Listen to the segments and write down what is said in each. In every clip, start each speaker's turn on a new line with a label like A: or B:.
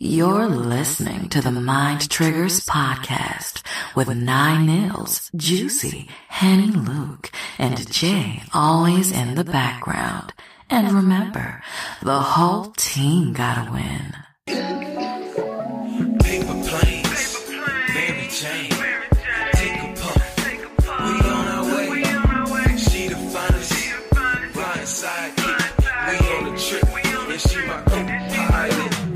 A: You're listening to the Mind Triggers podcast with Nine Nils, Juicy, Henny Luke, and Jay always in the background. And remember, the whole team gotta win.
B: Paper planes, Mary Jane. Take a puff. We on our way. She the finest. Blind sidekick. We on a trip. And she my co-pilot. Paper planes.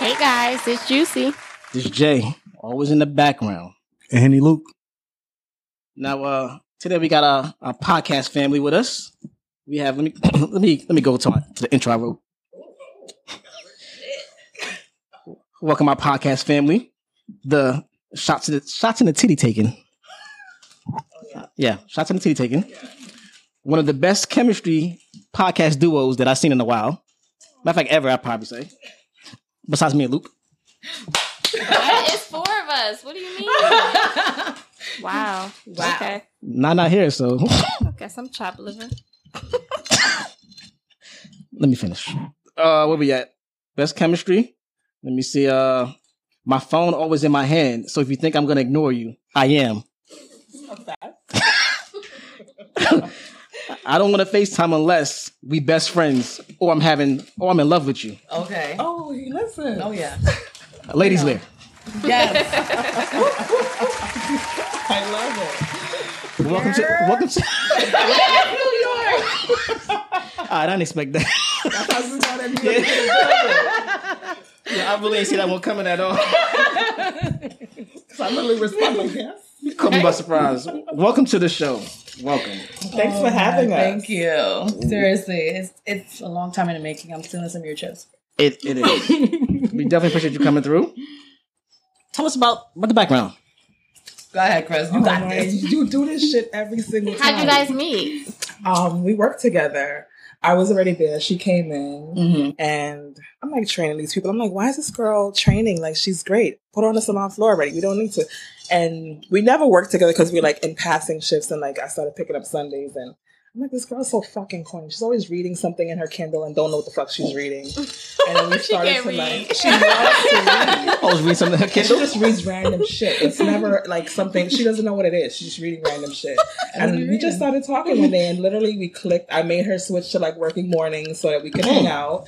C: Hey guys, it's Juicy.
D: This Jay, always in the background.
E: And Henny Luke.
D: Now, uh, today we got our, our podcast family with us. We have let me let me let me go to, my, to the intro I wrote. Welcome, my podcast family. The shots in the shots in the titty taken. Yeah, shots in the titty taken. One of the best chemistry podcast duos that I've seen in a while. Matter of fact, ever I'd probably say. Besides me and Luke.
C: it's four of us. What do you mean? wow. Wow. Okay.
D: Nah, not here, so
C: Guess I'm chop living.
D: let me finish. Uh, where we at? Best chemistry. Let me see. Uh, my phone always in my hand, so if you think I'm gonna ignore you, I am. I don't want to FaceTime unless we best friends, or I'm having, or I'm in love with you.
F: Okay. Oh, listen. Oh yeah.
D: Ladies, there.
F: Yes. I love
D: Welcome to welcome to. Ah, I didn't expect that. yeah, I really didn't see that one coming at all.
F: it. So I literally responded, yes.
D: Caught me by surprise. Welcome to the show. Welcome.
G: Thanks for having us.
F: Thank you.
G: Seriously, it's it's a long time in the making. I'm stealing some of your chips.
D: It, it is. we definitely appreciate you coming through. Tell us about, about the background.
F: Go ahead, Chris. You
G: Oh
F: got
G: my,
F: this.
G: You do this shit every single time.
C: How'd you guys meet?
G: Um, we work together. I was already there. She came in,
F: Mhm.
G: and I'm like training these people. I'm like, why is this girl training? Like, she's great. Put her on the salon floor already. We don't need to. And we never worked together because we were like in passing shifts, and like I started picking up Sundays, and I'm like, this girl's so fucking corny. She's always reading something in her Kindle and don't know what the fuck she's reading. And then we
C: She
G: started
C: can't
G: to
C: read.
G: like, she loves to
D: I
G: read.
D: was reading something on
G: And she
D: Kindle.
G: just reads random shit. It's never like something she doesn't know what it is. She's just reading random shit. And we just started talking one day, and literally we clicked. I made her switch to like working mornings so that we could hang out.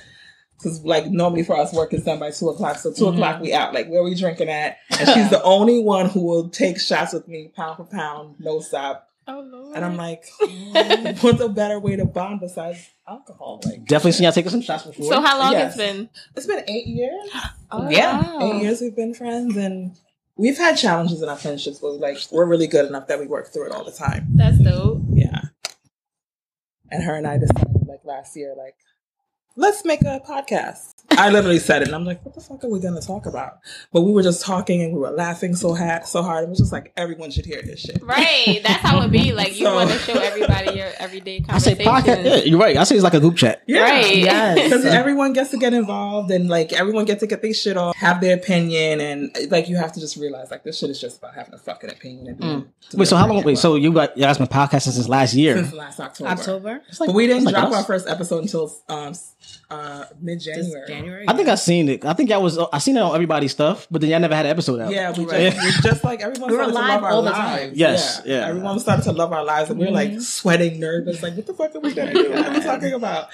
G: Because like normally for us, work is done by two o'clock. So 2 o'clock we out. Like where we drinking at? And she's the only one who will take shots with me, pound for pound, no stop.
C: Oh Lord.
G: And I'm like, "Mm, what's a better way to bond besides alcohol? Like
D: Definitely seen y'all taking some shots before.
C: so how long it's
G: Yes.
C: been?
G: it's been eight years.
C: Oh,
F: Yeah.
D: Oh.
G: eight years we've been friends and we've had challenges in our friendships but like we're really good enough that we work through it all the time
C: That's dope.
G: yeah and her and i decided like last year like let's make a podcast i literally said it and i'm like what the fuck are we gonna talk about but we were just talking and we were laughing so hard so hard it was just like everyone should hear this shit
C: Right. That's how it be. Like you
G: So-
C: want to show everybody your everyday
D: I say
C: conversation.
D: podcast. Yeah, you're right. I say it's like a group chat.
C: Right.
G: because everyone gets to get involved and like everyone gets to get their shit off, have their opinion, and like you have to just realize like this shit is just about having a fucking opinion. And doing- doing
D: Mm. Wait, so how
G: what
D: long?
G: you
D: Wait,
G: want.
D: so you got you guys been podcasting since last year?
G: since last October.
D: It's like-
G: But we didn't
D: it's like
G: drop
D: us.
G: our first episode until um, uh, mid January.
F: January.
D: I think I seen it. I think I was I seen it on everybody's stuff, but then y'all never had an episode out.
G: Yeah, we just,
D: Right.
G: we just like everyone
F: We were
G: started to
F: live
G: love our
F: all the
G: lives.
F: time. Mm-hmm.
D: Yes, yeah.
G: Everyone started to love our lives, and we were like sweating, nervous, like what the fuck are we gonna do? What are we talking about?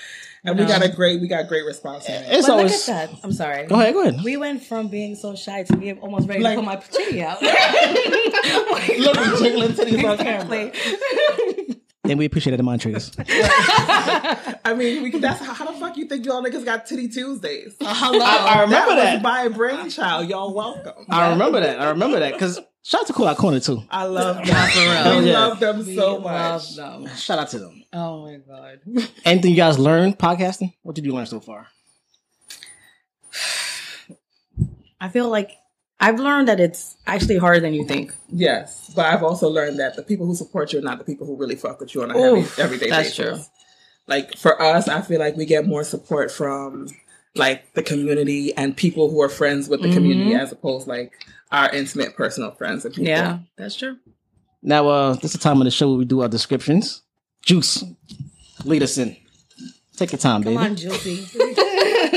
G: And we
F: No.
G: got a great, we got great response. from it.
D: It's
F: But look
D: always.
F: at that. I'm sorry.
D: Go ahead. Go ahead.
F: We went from being so shy to being almost ready
G: Like-
F: to put my titty out.
D: Literally jiggling titties on
F: Exactly.
D: And we appreciate it, the mind triggers.
G: I mean, we, that's how, how the fuck you think y'all niggas got titty Tuesdays?
F: Hello.
D: I remember
G: was
D: that.
G: by a brainchild. Y'all welcome.
D: I remember that. I remember that because shout out to Cool Out Corner too.
G: I love them.
D: real.
G: We
D: Yeah.
G: love them
F: We
G: so
F: love
G: much.
F: them.
D: Shout out to them.
F: Oh my god.
D: Anything you guys learned podcasting? What did you learn so far?
F: I feel like I've learned that it's actually harder than you think.
G: Yes, but I've also learned that the people who support you are not the people who really fuck with you on a every,
F: Oof,
G: everyday
F: that's
G: basis.
F: true.
G: Like for us, I feel like we get more support from like the community and people who are friends with the
C: Mm-hmm.
G: community as opposed like our intimate personal friends and people.
F: Yeah, that's true.
D: Now, uh, this is the time of the show where we do our descriptions. Juice, lead us in. Take your time,
F: Come
D: baby.
F: on, Juicy.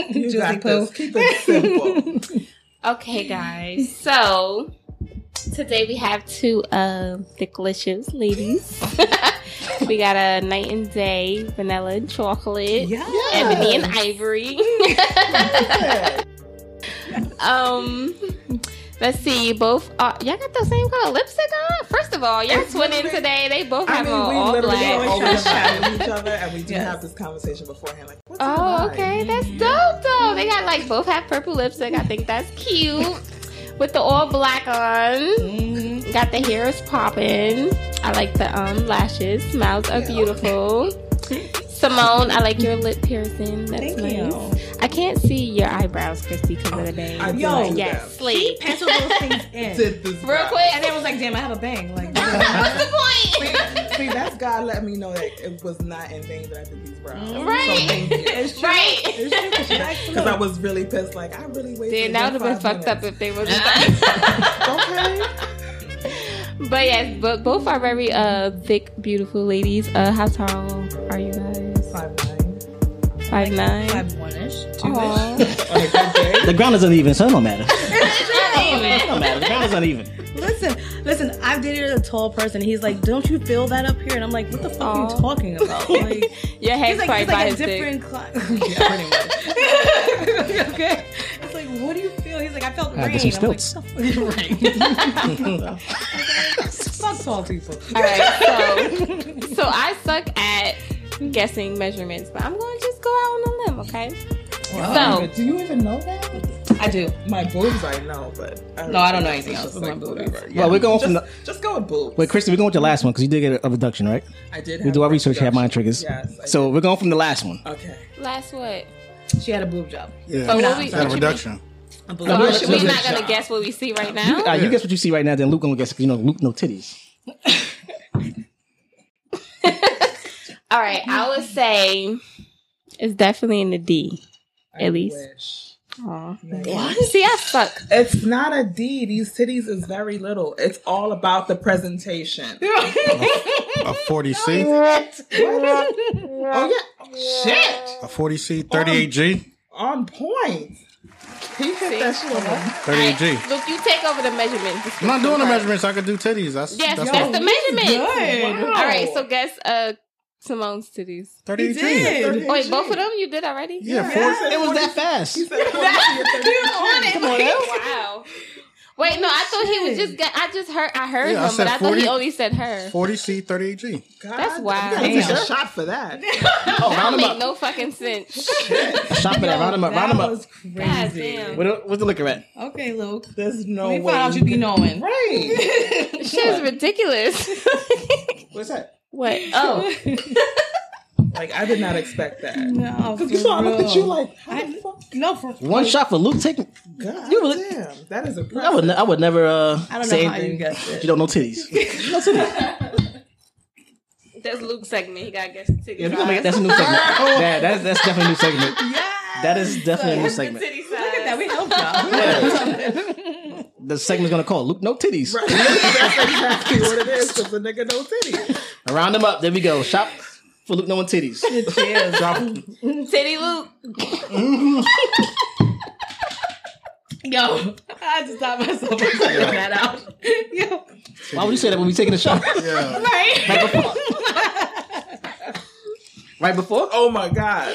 G: You
F: Juicy
G: got
F: Pooh.
G: this. Keep it simple.
C: Okay, guys. So today we have two uh, delicious ladies. we got a night and day vanilla and chocolate, ebony and ivory. um, let's see. Both uh, y'all got the same color lipstick on. First of all, y'all twinning today. They both
G: I
C: have
G: mean,
C: on
G: we
C: all
G: literally
C: black.
G: always chat with each other, and we do have this conversation beforehand. Like, what's the
C: Oh,
G: vibe?
C: okay. That's dope, though. They got like both have purple lipstick. I think that's cute. With the all black on.
F: Mm-hmm.
G: Mhm.
C: Got the hair is popping. I like the um lashes. Smiles are beautiful. Simone, I like your lip piercing. That's
F: Thank
C: nice.
F: you. Oh,
C: I can't see your eyebrows, Christy, because of the bang.
G: I
F: Yo,
G: did
C: yes,
F: She
C: sleep.
F: penciled those things in.
G: Did this
C: Real
G: vibe.
C: quick.
F: And then was like, damn, I have a bang. Like,
C: What's the point?
G: See, that's God letting me know that it was not in vain that I did these brows.
C: Right.
G: So thank you.
F: it's true.
C: Right.
F: It's true. 'cause she likes to
G: Because I
F: look.
G: was really pissed. Like, I really waited.
C: Dude, that would have been fucked up if they wasn't.
G: okay.
C: But yes, but both are very uh thick, beautiful ladies. Uh, how tall are you guys?
G: Five nine.
C: Five nine.
F: I'm one-ish.
C: Aw.
G: On a good day.
D: The ground is uneven, so it don't matter.
C: Not
D: It
C: even.
D: don't matter. The ground is uneven.
F: Listen, listen, I've dated a tall person. He's like, don't you feel that up here? And I'm like, what the fuck are
C: Aw.
F: you talking about? Like,
C: Your
F: he's
C: head's
F: like,
C: probably
F: he's like
C: by
F: a
C: his dick.
F: different class. okay. It's like, what do you feel? He's like, I felt
G: Uh,
D: I
F: rain.
D: had to
F: I'm
D: some stilts.
F: like, "The fuck fuck tall people.
C: All right, so so I suck at guessing measurements, but I'm gonna just go out on a limb, okay?
G: Wow.
C: So-
G: do you even know that?
F: I do.
G: My boobs, I know, but I
F: No, I don't know anything
G: It's
F: else
G: just
F: with my
G: like
F: boobs.
G: whatever.
D: Well, we're going
G: just,
D: from
G: just go with boobs.
D: Wait, Kristen, we're going with the last one because you did get a reduction, right?
G: I did.
D: We
G: have
D: do our
G: a
D: research, have mind triggers.
G: reduction. Yes. I
D: So we're going from the last one.
G: did. okay.
C: Last what?
F: She had a boob job.
E: Yeah,
C: So what
E: had
C: we-
E: a
C: what you
E: reduction.
F: A
C: So
F: boob job.
C: we're,
D: let's-
C: we're
D: let's-
C: not gonna guess what we see right now.
D: Uh, You guess what you see right now, then Luke gonna guess 'cause you know Luke no titties.
C: All right, I would say it's definitely in the D.
G: I
C: At least.
G: wish.
C: Aw.
G: What?
C: See, I suck.
G: It's not a D. These titties is very little. It's all about the presentation.
E: A 40C,
G: Oh yeah. Shit.
E: a 40C, 38G,
G: On point. He hit that shit on the-
E: 38G.
C: Look, you take over the measurements.
E: I'm not doing the measurements. I could do titties. That's
C: Yes,
E: that's
C: that's,
E: what-
C: the measurement.
F: Good.
G: Wow.
C: All right, so guess uh Simone's titties.
E: 38G.
G: did.
C: Oh, wait, both of them you did already?
E: Yeah,
G: Yeah.
E: four-
D: It was that fast.
G: He said, "Oh,
C: Come on, wow. Wait, no, I thought he was just. Get, I just heard. I heard
E: Yeah, I
C: him, but
E: said
C: I thought he
E: 40.
C: only said her.
E: 40C, 38G.
G: God,
C: That's
G: I'm
C: wild.
G: gonna take a
F: Damn.
G: shot for that.
D: Oh,
C: That don't make no fucking sense.
D: Shop for that. Round him up. Round
G: That
D: him up.
G: was
C: God
G: crazy.
C: damn.
D: What- What's the liquor at?
F: Okay, Luke.
G: There's no
F: Let
G: way.
F: me find out you be knowing.
G: right.
C: This shit is ridiculous.
G: What's that?
C: what? Oh,
G: Like I did not expect that.
F: No,
G: Because you saw I looked at you like, how
F: I-
G: the fuck?
F: no, for
D: One shot for Luke. Take.
G: God
D: You really-
G: damn, that is
D: I
G: impressive.
D: would. Ne- I would never. Uh,
F: I don't
D: say
F: know how you
D: anything.
F: guessed it.
D: You don't know titties. no titties.
C: that's Luke's segment. He gotta guess the titty
D: Yeah, we
C: size.
D: gonna make- that's a new segment. Yeah, that's that's definitely a new segment.
F: Yeah.
D: That is definitely a new
C: The
D: segment.
C: titty size.
F: Look at that. We helped y'all.
D: The segment's gonna call Luke no titties.
G: That's exactly what it is. Because the nigga no titty.
D: Round him up. There we go. Shop for Luke no one titties.
F: Cheers.
C: Titty Luke.
F: Yo, I had to stop myself from cutting that out. Yo,
D: Why would you say that when we taking a shot?
E: Yeah.
F: right?
D: Right before?
G: Oh my god.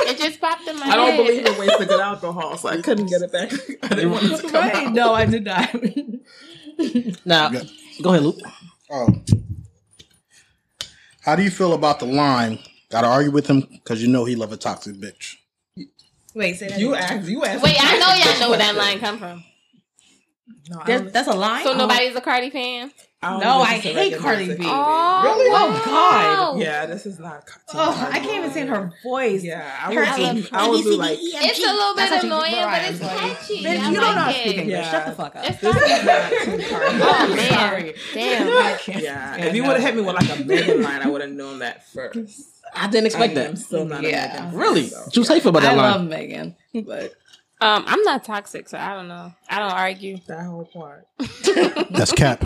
C: It just popped in my
G: I don't
C: head.
G: believe in wasted good alcohol, so I couldn't get it back. I didn't want it to come
F: Right?
G: out.
F: No, I did not.
D: Now,
E: Yeah.
D: go ahead, Luke.
E: Oh. How do you feel about the line? Got to argue with him because you know he love a toxic bitch.
F: Wait, say that.
G: You
F: again.
G: asked. You asked.
C: Wait, I know y'all know where that line come from.
G: No, I
F: That- that's a lie.
C: So nobody's a Cardi fan.
G: Oh, don't
F: No,
G: listen
F: I
G: to
F: hate
G: regular
F: Cardi
G: music.
F: B.
C: Oh,
G: Really?
F: Oh, God.
C: wow.
G: Yeah, this is not. Cardi B.
F: Oh, I can't even say her voice.
G: Yeah, I
F: Her
G: would,
F: A-
G: I would be like,
F: E
C: It's a little bit
F: That's how she-
C: annoying, but it's
F: Mariah, like,
C: catchy.
F: Bitch,
C: I
F: you don't know how
C: like
F: to speak
C: it.
F: English.
G: Yeah.
F: Shut the fuck up.
C: It's not-
G: not too Cardi.
C: Oh man,
F: Sorry.
C: damn.
G: Yeah,
F: Yeah,
G: if you
F: no.
G: would have hit me with like a Megan line, I would have known that first.
D: I didn't expect
G: I am
D: that.
G: still not
F: Yeah.
G: a Megan. fan,
D: Really?
G: so,
D: Juice, how you feel about
F: I
D: that line?
F: love Megan, but
C: Um, I'm not toxic, so I don't know. I don't argue.
G: That whole part.
E: That's cap.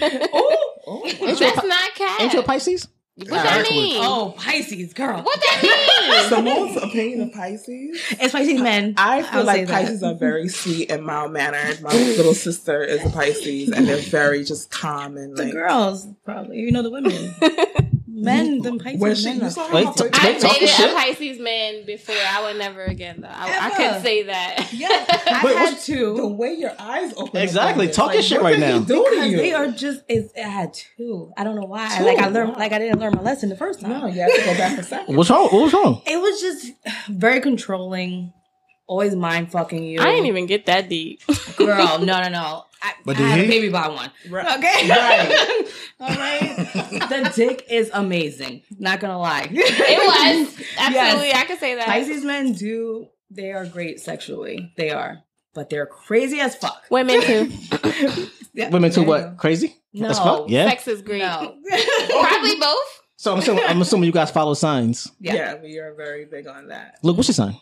F: oh,
G: Oh,
C: That's not cat.
D: Ain't you a Pisces?
C: What that
E: Exactly.
C: mean?
F: Oh, Pisces, girl.
C: What that mean?
G: Simone's opinion of Pisces.
F: It's Pisces men.
G: I feel
F: I'll say
G: like
F: that.
G: Pisces are very sweet and mild mannered. My little sister is a Pisces, and they're very just calm and
F: The
G: like.
F: girls, probably. You know, the women. men, them Pisces
G: When she,
F: men.
G: you
F: are-
G: saw her
D: Wait,
G: hop
D: t-
G: on-
D: t-
G: I-
C: I
D: Talking
C: dated
D: shit?
C: a Pisces man before. I would never again though. I, I
F: Ever.
C: could say that.
F: Yeah, I've
D: Wait,
F: had
D: what's-
G: the
F: two.
G: way your eyes open. up
D: Exactly.
G: on this,
D: Talk your shit
G: what
D: right
G: did he
D: now.
G: do to
F: Because
G: you?
F: they are just. It's, I had two. I don't know why.
G: Two,
F: Like I learned.
G: wow.
F: Like I didn't learn my lesson the first time.
G: No, you have to go back a second.
D: What's wrong? What was wrong?
F: It was just very controlling. Always mind fucking you.
C: I didn't even get that deep.
F: Girl, no, no, no. I,
E: But
F: I
E: did
F: had
E: he?
F: a baby by one.
G: Right.
F: Okay.
G: Right.
F: All right. the dick is amazing. Not gonna lie.
C: It was absolutely. I could say that.
F: Pisces men do. They are great sexually. They are, but they're crazy as fuck.
C: Women too.
F: Yeah,
D: Women too
F: there you
D: what? Crazy?
F: No.
D: As fuck? Yeah.
C: Sex is
F: go.
C: great.
F: No.
C: Probably both.
D: So I'm assuming, I'm assuming you guys follow signs.
G: Yeah.
F: Yeah.
G: we are very big on that.
D: Look, what's your sign?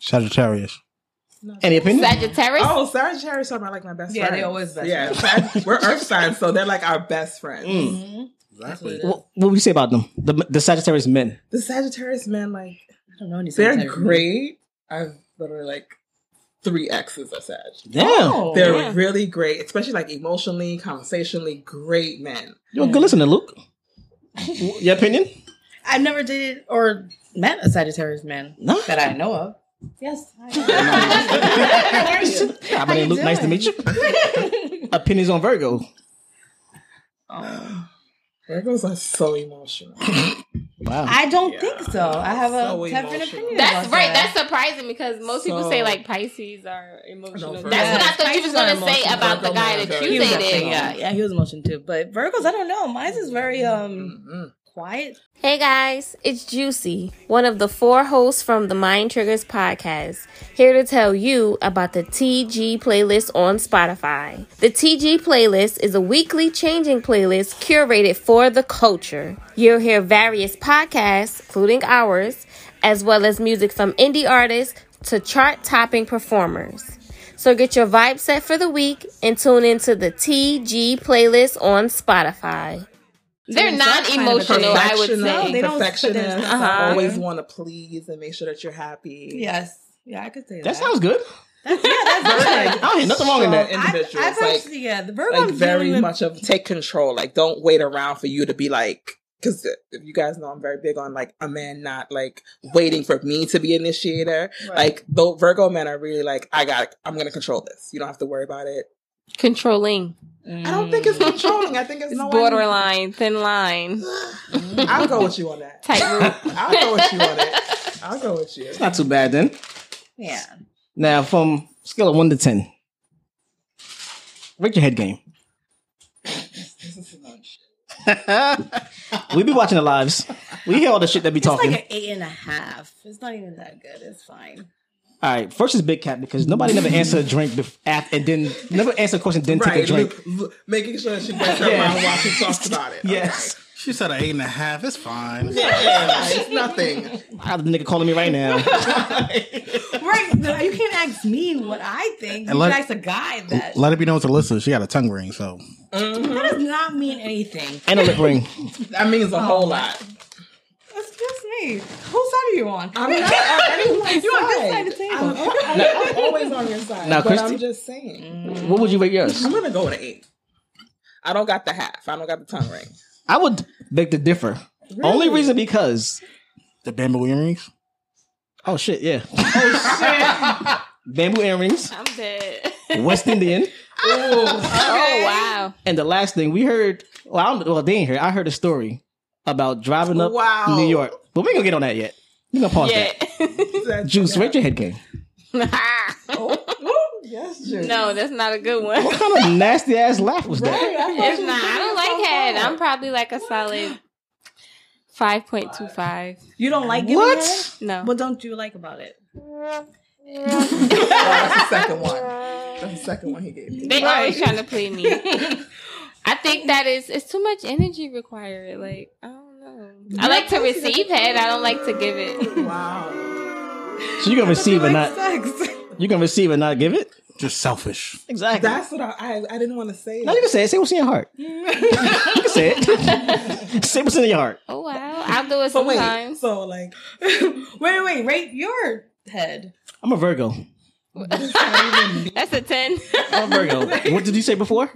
E: Sagittarius.
D: Any opinion?
C: Sagittarius.
G: Oh, Sagittarius are my, like my best
F: Yeah,
G: friends.
F: they always best
G: Yeah, Sag- we're Earth signs, so they're like our best friends.
D: Mm.
F: Mm-hmm.
E: Exactly.
D: Wh- What, would you say about them? The, the Sagittarius men.
G: The Sagittarius men, like
F: I don't know any
G: they're
F: Sagittarius men.
G: great. I've literally like three exes of Sag.
D: Damn.
F: Oh.
G: They're
C: yeah.
G: really great, especially like emotionally, conversationally, great men.
D: You're a good listener, Luke. W- your opinion?
F: I've never dated or met a Sagittarius man
D: No.
F: that I know of. Yes.
D: Hi, my name is Luke. Nice to meet you. Opinions on Virgo.
G: Virgos are so emotional.
D: Wow.
F: I don't
G: Yeah.
F: think so. I have a
G: So
F: different
G: emotional.
F: opinion.
C: That's
F: about
C: right.
F: that.
C: That's surprising because most people say
G: So-
C: like Pisces are emotional.
G: No, for
C: That's
G: real.
C: what I thought you was
F: Pisces are
C: gonna say
F: emotional.
C: about the
G: Virgo
C: guy
G: men are
C: that
G: very
C: you
F: He was
G: emotional.
C: dated.
F: emotional. Yeah, yeah, he was emotion too. But Virgos, I don't know. Mine's is very um
G: Mhm.
F: quiet.
C: Hey guys, it's Juicy, one of the four hosts from the Mind Triggers podcast, here to tell you about the TG playlist on Spotify. The TG playlist is a weekly changing playlist curated for the culture. You'll hear various podcasts, including ours, as well as music from indie artists to chart topping performers. So get your vibe set for the week and tune into the TG playlist on Spotify. They're
F: That's kind of
C: non-emotional, I would
G: Perfectionist-
C: say.
F: No, they don't- but they're-
G: perfectionists
F: uh-huh.
G: always want to please and make sure that you're happy.
F: Yes. Yeah, I could say that.
D: that sounds good. I don't hear nothing wrong in
G: Strong
D: that.
F: I've,
G: Individuals
F: I've
G: like
F: actually, yeah, the Virgo
G: like
F: I'm dealing
G: very
F: with-
G: much of take control. Like don't wait around for you to be like because if you guys know I'm very big on like a man not like waiting for me to be initiator. Like though Virgo men are really like I got it. I'm gonna control this. You don't have to worry about it.
C: Controlling.
G: I don't think
F: Mm.
G: it's controlling. I think it's,
C: It's
G: knowing-
C: borderline, thin line,
G: I'll go with you on that.
C: tightrope.
G: I'll go with you on it. I'll go with you.
D: Not too bad then.
F: Yeah.
D: Now, from scale of one to ten, rate your head game. we be watching the lives. We hear all the shit that be
F: It's
D: talking.
F: like an eight and a half. It's not even that good. It's fine.
D: all right, first is Big Cat because nobody never answered a drink bef- af- and then never answered a question, then take a
G: Right,
D: drink.
G: look, look, making sure that she gets her
D: Yeah.
G: mind while she talks about it.
D: Yes.
E: She said an eight and a half. It's fine.
G: Yeah, it's nothing.
D: I have the nigga calling me right now.
F: Right. No, you can't ask me what I think. You
E: And let-
F: can ask a guy that.
E: Let it be known to Alyssa. She got a tongue ring, so
F: that does not mean anything.
D: and a lip ring.
G: That means
F: Oh
G: a whole lot.
F: That's just me. Whose side are you on?
G: I'm not on anyone's
F: You're on this
G: side.
F: side of the table.
G: I'm, I'm- I'm always on your side.
D: Now,
G: but
D: Christy-
G: I'm just saying.
D: What would you rate yours?
G: I'm gonna go with an eight. I don't got the half. I don't got the tongue ring.
D: I would beg to differ. Only reason because
E: the bamboo earrings.
D: oh shit, yeah. Oh shit. Oh, Bamboo earrings,
C: I'm dead.
D: West Indian.
C: Oh wow.
D: And the last thing we heard, well, I don't, well, they ain't hear. I heard a story about driving up
G: Wow.
D: New York, but we ain't gonna get on that yet. We gonna pause
C: Yeah.
D: that. Juice, rate your head game.
F: Oh,
G: Ooh, yes, Juice.
C: no, that's not a good one.
D: What kind of nasty ass laugh was that?
C: It's not. I don't like head. I'm probably like a solid five point two five.
F: You don't like it?
D: What?
C: No.
F: What don't you like about it?
G: Oh, that's the second one. That's the second one he gave me.
C: They always trying to play me. I think that is it's too much energy required. Like I don't know. I like to receive head. I don't like to give it.
G: Wow.
D: So you gonna receive and not
F: Sex.
D: you gonna receive and not give it?
E: Just selfish.
D: Exactly.
G: That's what I, I, I didn't want to say.
D: No, you can say it. Say what's in your heart. you can say it. say what's in your heart.
C: Oh wow, I'll do it
G: But wait,
C: sometimes.
G: so like,
F: wait, wait, rate your head.
D: I'm a Virgo.
C: That's a ten.
D: I'm a Virgo. what did you say before?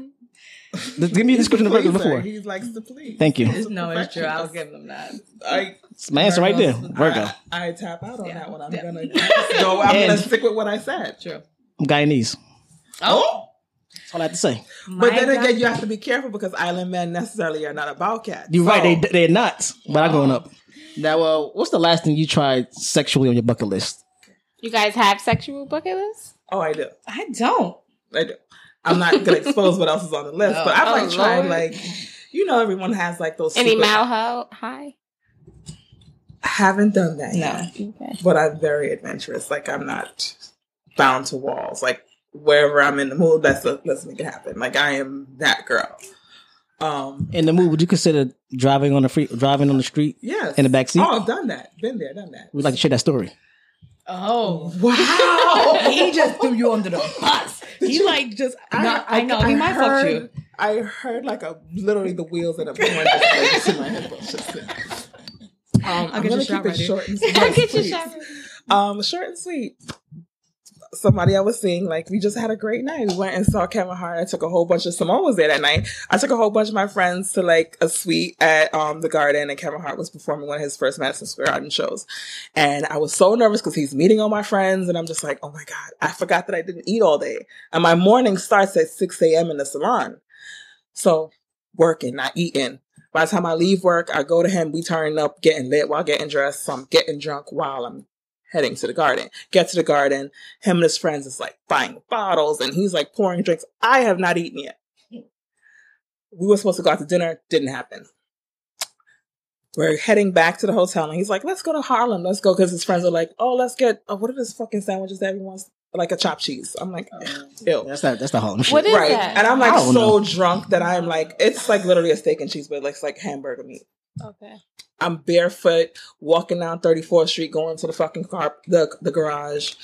D: Give me a description of Virgo
G: pleaser.
D: before.
G: he likes to please.
D: Thank you.
F: No, it's true. I'll give them that.
G: I,
D: It's my answer right there.
G: Virgos-
D: Virgo.
G: I, I tap out on
F: Yeah.
G: that one. I'm
F: Yeah.
G: gonna go. I'm
D: And-
G: gonna stick with what I said.
F: True.
D: I'm Guyanese.
F: Oh,
D: That's all I have to say.
G: But
F: My
G: then
F: God.
G: again, you have to be careful because island men necessarily are not about cats.
D: You're right. They
G: So,
D: they're not. But I'm growing up. Oh. Now, uh, what's the last thing you tried sexually on your bucket list?
C: You guys have sexual bucket lists?
G: oh, I do.
F: I don't.
G: I do. I'm not gonna expose what else is on the list, but I've
C: Oh,
G: like tried
C: Lord.
G: like, you know, everyone has like those.
C: Any
G: secret-
C: mile ho- high?
G: Haven't done that. yet.
C: Okay.
G: but I'm very adventurous. Like I'm not bound to walls. Like wherever I'm in the mood, let's let's make it happen. Like I am that girl. Um.
D: In the mood, would you consider driving on the free driving on the street?
G: Yes.
D: In the back seat?
G: Oh, I've done that. Been there. Done that.
D: We'd like to share that story.
F: Oh.
G: Wow.
F: He just threw you under the bus. He like just I, no, I, know he might fuck
G: heard,
F: you.
G: I heard like a literally the wheels in a plane just like, to my head. was just- Um, I'm
F: get
G: gonna
F: your shot
G: keep it
F: ready.
G: short and
C: I'll
G: sweet.
C: get you
G: please.
C: showered.
G: Um, short and sweet. Somebody I was seeing, like we just had a great night. We went and saw Kevin Hart. I took a whole bunch of Simone was there that night. I took a whole bunch of my friends to like a suite at um the Garden, and Kevin Hart was performing one of his first Madison Square Garden shows. And I was so nervous because he's meeting all my friends, and I'm just like, oh my god, I forgot that I didn't eat all day, and my morning starts at six a.m. in the salon, so working, not eating. By the time I leave work, I go to him. We turn up, getting lit while getting dressed. So I'm getting drunk while I'm heading to the garden. Get to the garden. Him and his friends is like buying bottles and he's like pouring drinks. I have not eaten yet. We were supposed to go out to dinner. Didn't happen. We're heading back to the hotel and he's like, let's go to Harlem. Let's go. Cause his friends are like, oh, let's get, oh, what are those fucking sandwiches that everyone's like a chopped cheese? I'm like, ew.
D: That's not that's the Harlem shit.
C: What is
G: Right.
C: that?
G: And I'm like
D: I don't
G: so
D: know.
G: drunk that I'm like, it's like literally a steak and cheese, but it looks like hamburger meat.
C: okay.
G: I'm barefoot walking down 34th Street, going to the fucking car, the, the garage,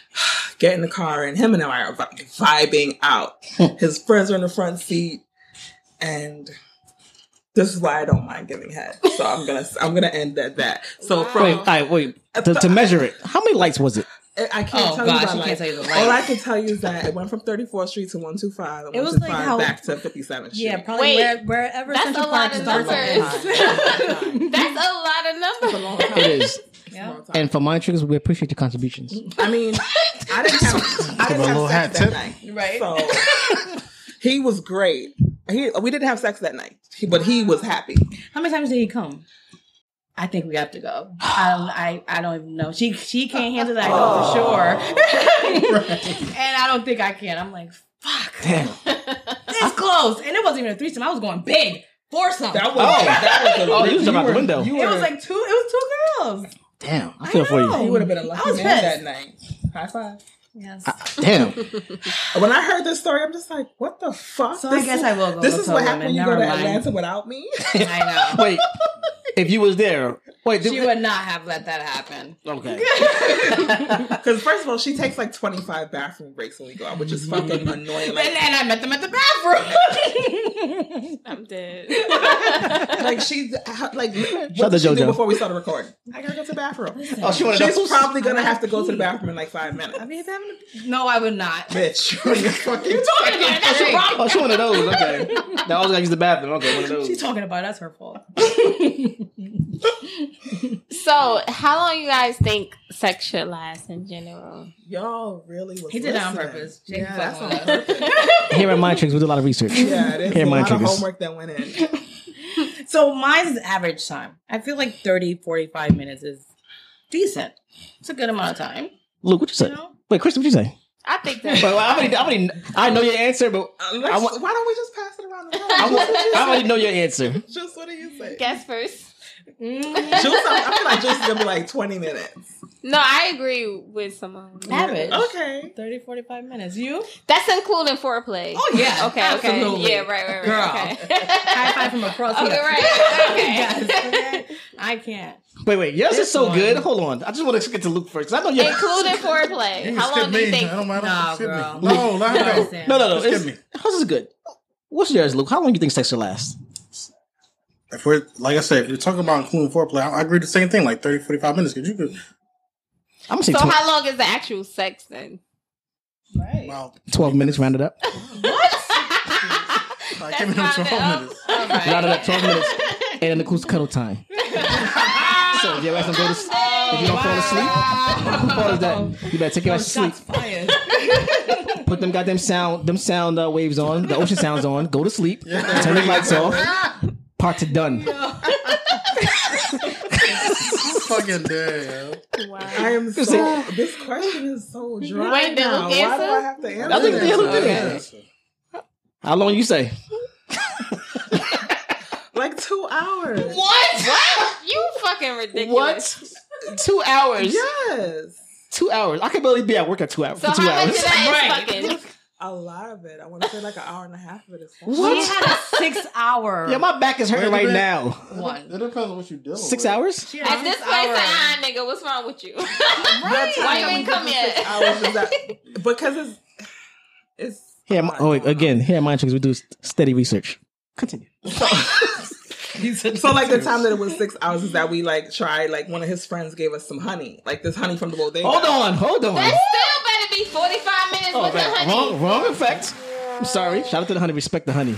G: get in the car, and him and I are vi- vibing out.
D: Hmm.
G: His friends are in the front seat, and this is why I don't mind giving head. So I'm gonna I'm gonna end at that. So
C: Wow.
D: Wait,
G: from
D: all right, wait. To, to measure it, how many lights was it?
G: I can't
F: Oh
G: tell
F: gosh,
G: you
F: you
G: about
F: can't
G: like.
F: tell you the
G: All I
F: light.
G: can tell you is that it went from 34th Street to 125, and
F: It was
G: 125
F: like how-
G: back to 57th Street.
F: Yeah, probably
C: Wait,
F: where, wherever
C: that's
F: Central
C: a
F: Park
C: lot of
F: starts at
C: numbers. That's a lot of numbers.
G: a long time.
D: It is.
G: It's a long time.
D: And for my triggers, we appreciate your contributions.
G: I mean, I didn't have, I
E: Give
G: didn't
E: a
G: have
E: little hat
G: sex that
E: tip.
G: night.
F: Right.
G: So he was great. He we didn't have sex that night, he- but he was happy.
F: How many times did he come? I think we have to go. I don't, I, I don't even know. She she can't handle that I know for sure. and I don't think I can. I'm like, fuck.
D: Damn.
F: This close. And it wasn't even a threesome. I was going big. Foursome.
G: That was that was a,
D: Oh, you was about the
G: were-
D: window.
G: You
F: it
G: were,
F: was like two it was two girls.
D: Damn, I feel for you.
G: you would have been a
F: I
G: lucky
F: was
G: man that
F: pissed.
G: night. High five.
F: Yes.
D: Damn.
G: When I heard this story, I'm just like, what the fuck?
F: so
G: this
F: I guess
G: is,
F: I will go.
G: this
F: with
G: is
F: a
G: what
F: woman.
G: happened when you go
F: Never
G: to
F: mind.
G: Atlanta without me.
F: I know.
D: Wait, if you was there, wait, did,
F: She would not have let that happen.
D: okay.
G: Because first of all, she takes like 25 bathroom breaks when we go out, which is fucking annoying.
F: And
G: Like,
F: then I met them at the bathroom.
C: I'm dead.
G: like she's like, what
D: Shout
G: did
D: to
G: she do
D: JoJo.
G: before we started recording? I gotta go to the bathroom.
D: Oh, she wanted
G: She's
D: those.
G: probably gonna have to go to the bathroom in like five minutes.
F: I mean, if having a- no, I would not.
G: bitch. You're fucking
F: Talking about it, that's your problem.
D: Oh, she one of those. Okay. Now I was gonna use the bathroom. Okay, one of
F: She's
D: those.
F: talking about it, that's her fault.
C: So, how long you guys think sex should last in general?
G: Y'all really was.
F: He did that on
G: listening.
F: purpose. Jake
G: Yeah, that's on
F: fucking with us.
G: purpose.
D: Here at my tricks, we do a lot of research.
G: Yeah, there's
D: Here
G: a
D: at my
G: lot of
D: tricks.
G: homework that went in.
F: So mine's is average time. I feel like 30, 45 minutes is decent. It's a good amount of time.
D: Luke, what you
F: You
D: say?
F: know?
D: Wait, Kristen, what you say?
C: I think
D: But
C: that.
D: I already, I already, I know your answer, but
G: Let's-
D: I want-
G: why don't we just pass it around the room?
D: I,
G: Just-
D: want, I already know your answer.
G: just what do you say?
C: Guess first.
F: Mm,
C: Mm-hmm.
G: Juice, I I feel like Juice is gonna be like 20 minutes.
C: No, I agree with someone.
F: average.
G: Okay.
F: 30, 45 minutes. You?
C: That's including foreplay.
F: Oh, yeah.
C: Okay,
F: Absolutely.
C: okay. Yeah, right, right, right.
F: Girl.
C: Okay.
F: High five from across
C: Okay,
F: here.
C: right. Okay.
F: Yes, okay. I can't.
D: Wait, wait. Yours
F: This
D: is so
F: one.
D: good. Hold on. I just want to get to Luke first. 'cause I know you're.
C: Including foreplay.
E: can
C: How long
E: skip
C: do you
E: me.
C: think?
E: I don't mind.
F: Nah,
E: skip
F: girl.
E: me. No, let her go.
F: Listen.
D: No, no, no.
E: Just give
D: It's, How's this good? What's yours, Luke? How long do you think sex should last?
E: If we're like I said, if you're talking about including foreplay, I, I agree with the same thing. Like 30, 45 minutes. Cause you could
D: I'm gonna say
C: So
D: 12,
C: how long is the actual sex then?
G: Right.
E: well,
D: 12 minutes. Rounded up.
E: like, give me
C: round
E: twelve
C: it up.
E: minutes.
C: All right.
D: rounded up. 12 minutes. And then the coup's cuddle time. so if your ass don't go to sleep, if you don't fall asleep, who fault is that? You better take your ass to sleep.
F: fired.
D: Put them goddamn sound, them sound uh, waves on, the ocean sounds on. Go to sleep. Turn the lights off. Parts are done.
E: Fucking damn.
G: I am so. this question is so dry.
C: Wait, did
G: now.
C: Luke
G: Why do I
C: answer?
G: have to answer?
D: I think
G: this?
D: they look good. How long you say?
G: like two hours.
C: What? What? You fucking ridiculous.
D: What? Two hours.
G: Yes,
D: Two hours. I can barely be at work at two hours.
C: So
D: for two
C: how
D: hours.
C: much of that
F: Right.
C: is fucking?
G: a lot of it. I want to say like an hour and a half of it is.
F: She had a six hour
D: Yeah, my back is hurting right
E: Wait a minute.
D: now.
F: one.
E: It depends on what you're doing.
D: Six hours?
F: She had a
C: At this
F: six
C: place,
F: hour.
C: ah, nigga, what's wrong with you? Why you ain't come yet?
G: Six hours is that because it's it's.
D: Here, my, oh, wait, again, here at Mind Tricks, we do s- steady research. Continue.
G: So like the time that it was six hours is that we like tried like one of his friends gave us some honey like this honey from the bodega.
D: Hold on, hold on.
C: That still better be 45 minutes
D: Oh,
C: with the
D: man,
C: honey.
D: Wrong, wrong effect. I'm sorry. Shout out to the honey. Respect the honey.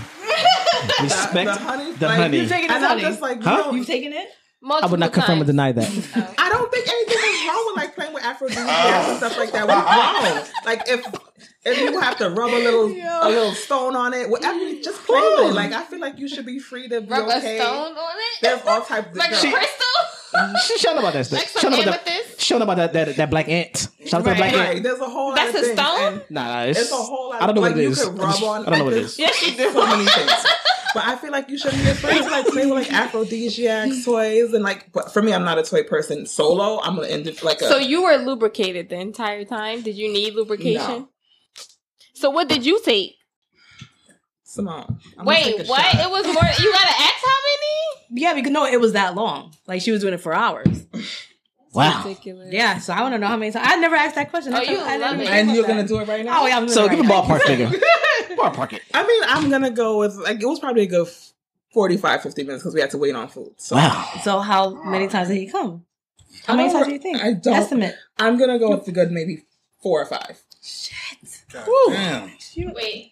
D: Respect
G: The honey-
D: the
G: like,
D: honey.
F: You taking this
G: And I'm
F: honey?
G: just like,
D: Huh?
G: you know,
F: You've taken it?
D: I would not confirm or deny that.
G: I don't think anything is wrong with like playing with aphrodisiacs
C: Oh.
G: and stuff like that. What's wrong? Like if if you have to rub a little a little stone on it, whatever, you just play with it. Like I feel like you should be free to be
C: Rub
G: okay.
C: a stone on
G: There's
C: it?
G: all types of
C: like a
G: girl,
C: crystal?
D: She shout about that stuff.
C: Like some
D: Shout about that.
C: amethyst?
D: Shout about that, that that black ant. Shout out to the black
G: right?
D: ant.
G: There's a whole
C: That's
G: lot of
C: a
G: things,
C: stone?
G: and
D: Nah, nah, it's,
G: It's a whole lot.
D: I don't know
G: like,
D: what it
G: you
D: is.
G: Could rub
D: I just-
G: on,
D: I don't know what it
G: like,
D: is.
G: there's So many things. But I feel like you shouldn't be afraid to like play with like aphrodisiacs toys and like. But for me, I'm not a toy person. Solo, I'm gonna end it like a.
C: So you were lubricated the entire time? Did you need lubrication?
G: No.
C: So what did you take?
G: Simone, I'm gonna take
C: Wait,
G: a
C: what?
G: shot.
C: It was more. You gotta ask how
F: Yeah, because no, it was that long. Like she was doing it for hours.
D: Wow.
C: many? Ridiculous.
F: Yeah, so I want to know how many times. I never asked that question.
C: Oh,
F: That's
C: you
F: how- I
C: love
F: never-
C: it.
G: And you're gonna do it right now.
F: Oh, yeah. I'm
D: So
F: gonna
D: give a
F: write
D: ballpark
F: that.
D: figure. ballpark it.
G: I mean, I'm gonna go with like it was probably a good 45, 50 minutes because we had to wait on food. So
D: Wow.
F: So how many times did he come?
G: I
F: How many
G: don't
F: times
G: re-
F: do you think?
G: I don't-
F: Estimate.
G: I'm gonna go with the good maybe four or five.
E: God damn.
C: Wait.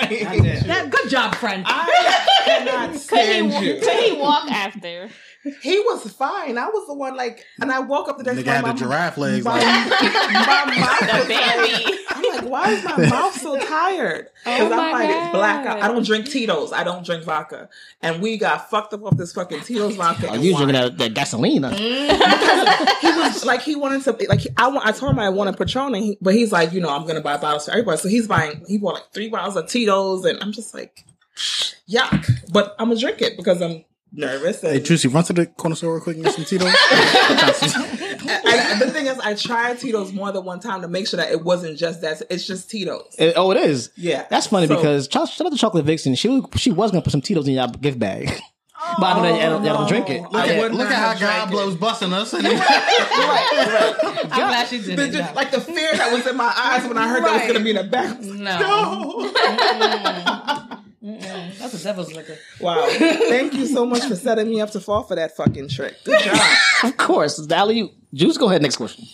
F: That, good job, friend.
G: I cannot stand you.
C: Could he walk after?
G: He was fine. I was the one like, and I woke up the next
E: Nigga
G: morning.
E: had the
G: my-
E: giraffe legs.
G: My,
E: Like,
G: my mouth was like,
C: Baby.
G: I'm like, why is my mouth so tired?
D: Oh
G: Because I'm
C: my
G: like
C: God.
G: blackout. I don't drink Tito's. I don't drink vodka. And we got fucked up off this fucking Tito's vodka.
D: Are
G: and
D: you
G: wine.
D: drinking that, that gasoline? huh?
G: Hmm? he was like he wanted to like he, I want I told him I wanted Patron and he, but he's like you know I'm gonna buy bottles for everybody so he's buying he bought like three bottles of Tito's and I'm just like yuck but I'm gonna drink it because I'm nervous
E: hey,
G: and
E: Juicy, run to the corner store real quick and get some Tito's.
G: I, I- the thing is I tried Tito's more than one time to make sure that it wasn't just that it's just Tito's
D: Eh, oh, it is.
G: yeah
D: That's funny
G: So-
D: because ch- shout out to Chocolate Vixen. She was- she was gonna put some Tito's in your gift bag, but I know that y'all don't, y'all don't drink it.
G: I
D: Yeah.
G: would
E: Look
G: not
E: at how
G: have drank
E: God
G: it.
E: blows busting us. And
F: I'm glad she did
G: The-
F: it.
G: just,
F: though.
G: like the fear that was in my eyes when I heard that was
F: Right.
G: gonna be in the back I was like,
F: No.
G: no.
F: That's a devil's liquor.
G: wow thank you so much for setting me up to fall for that fucking trick good job
D: of course, Valley. You Juice, go ahead. Next question.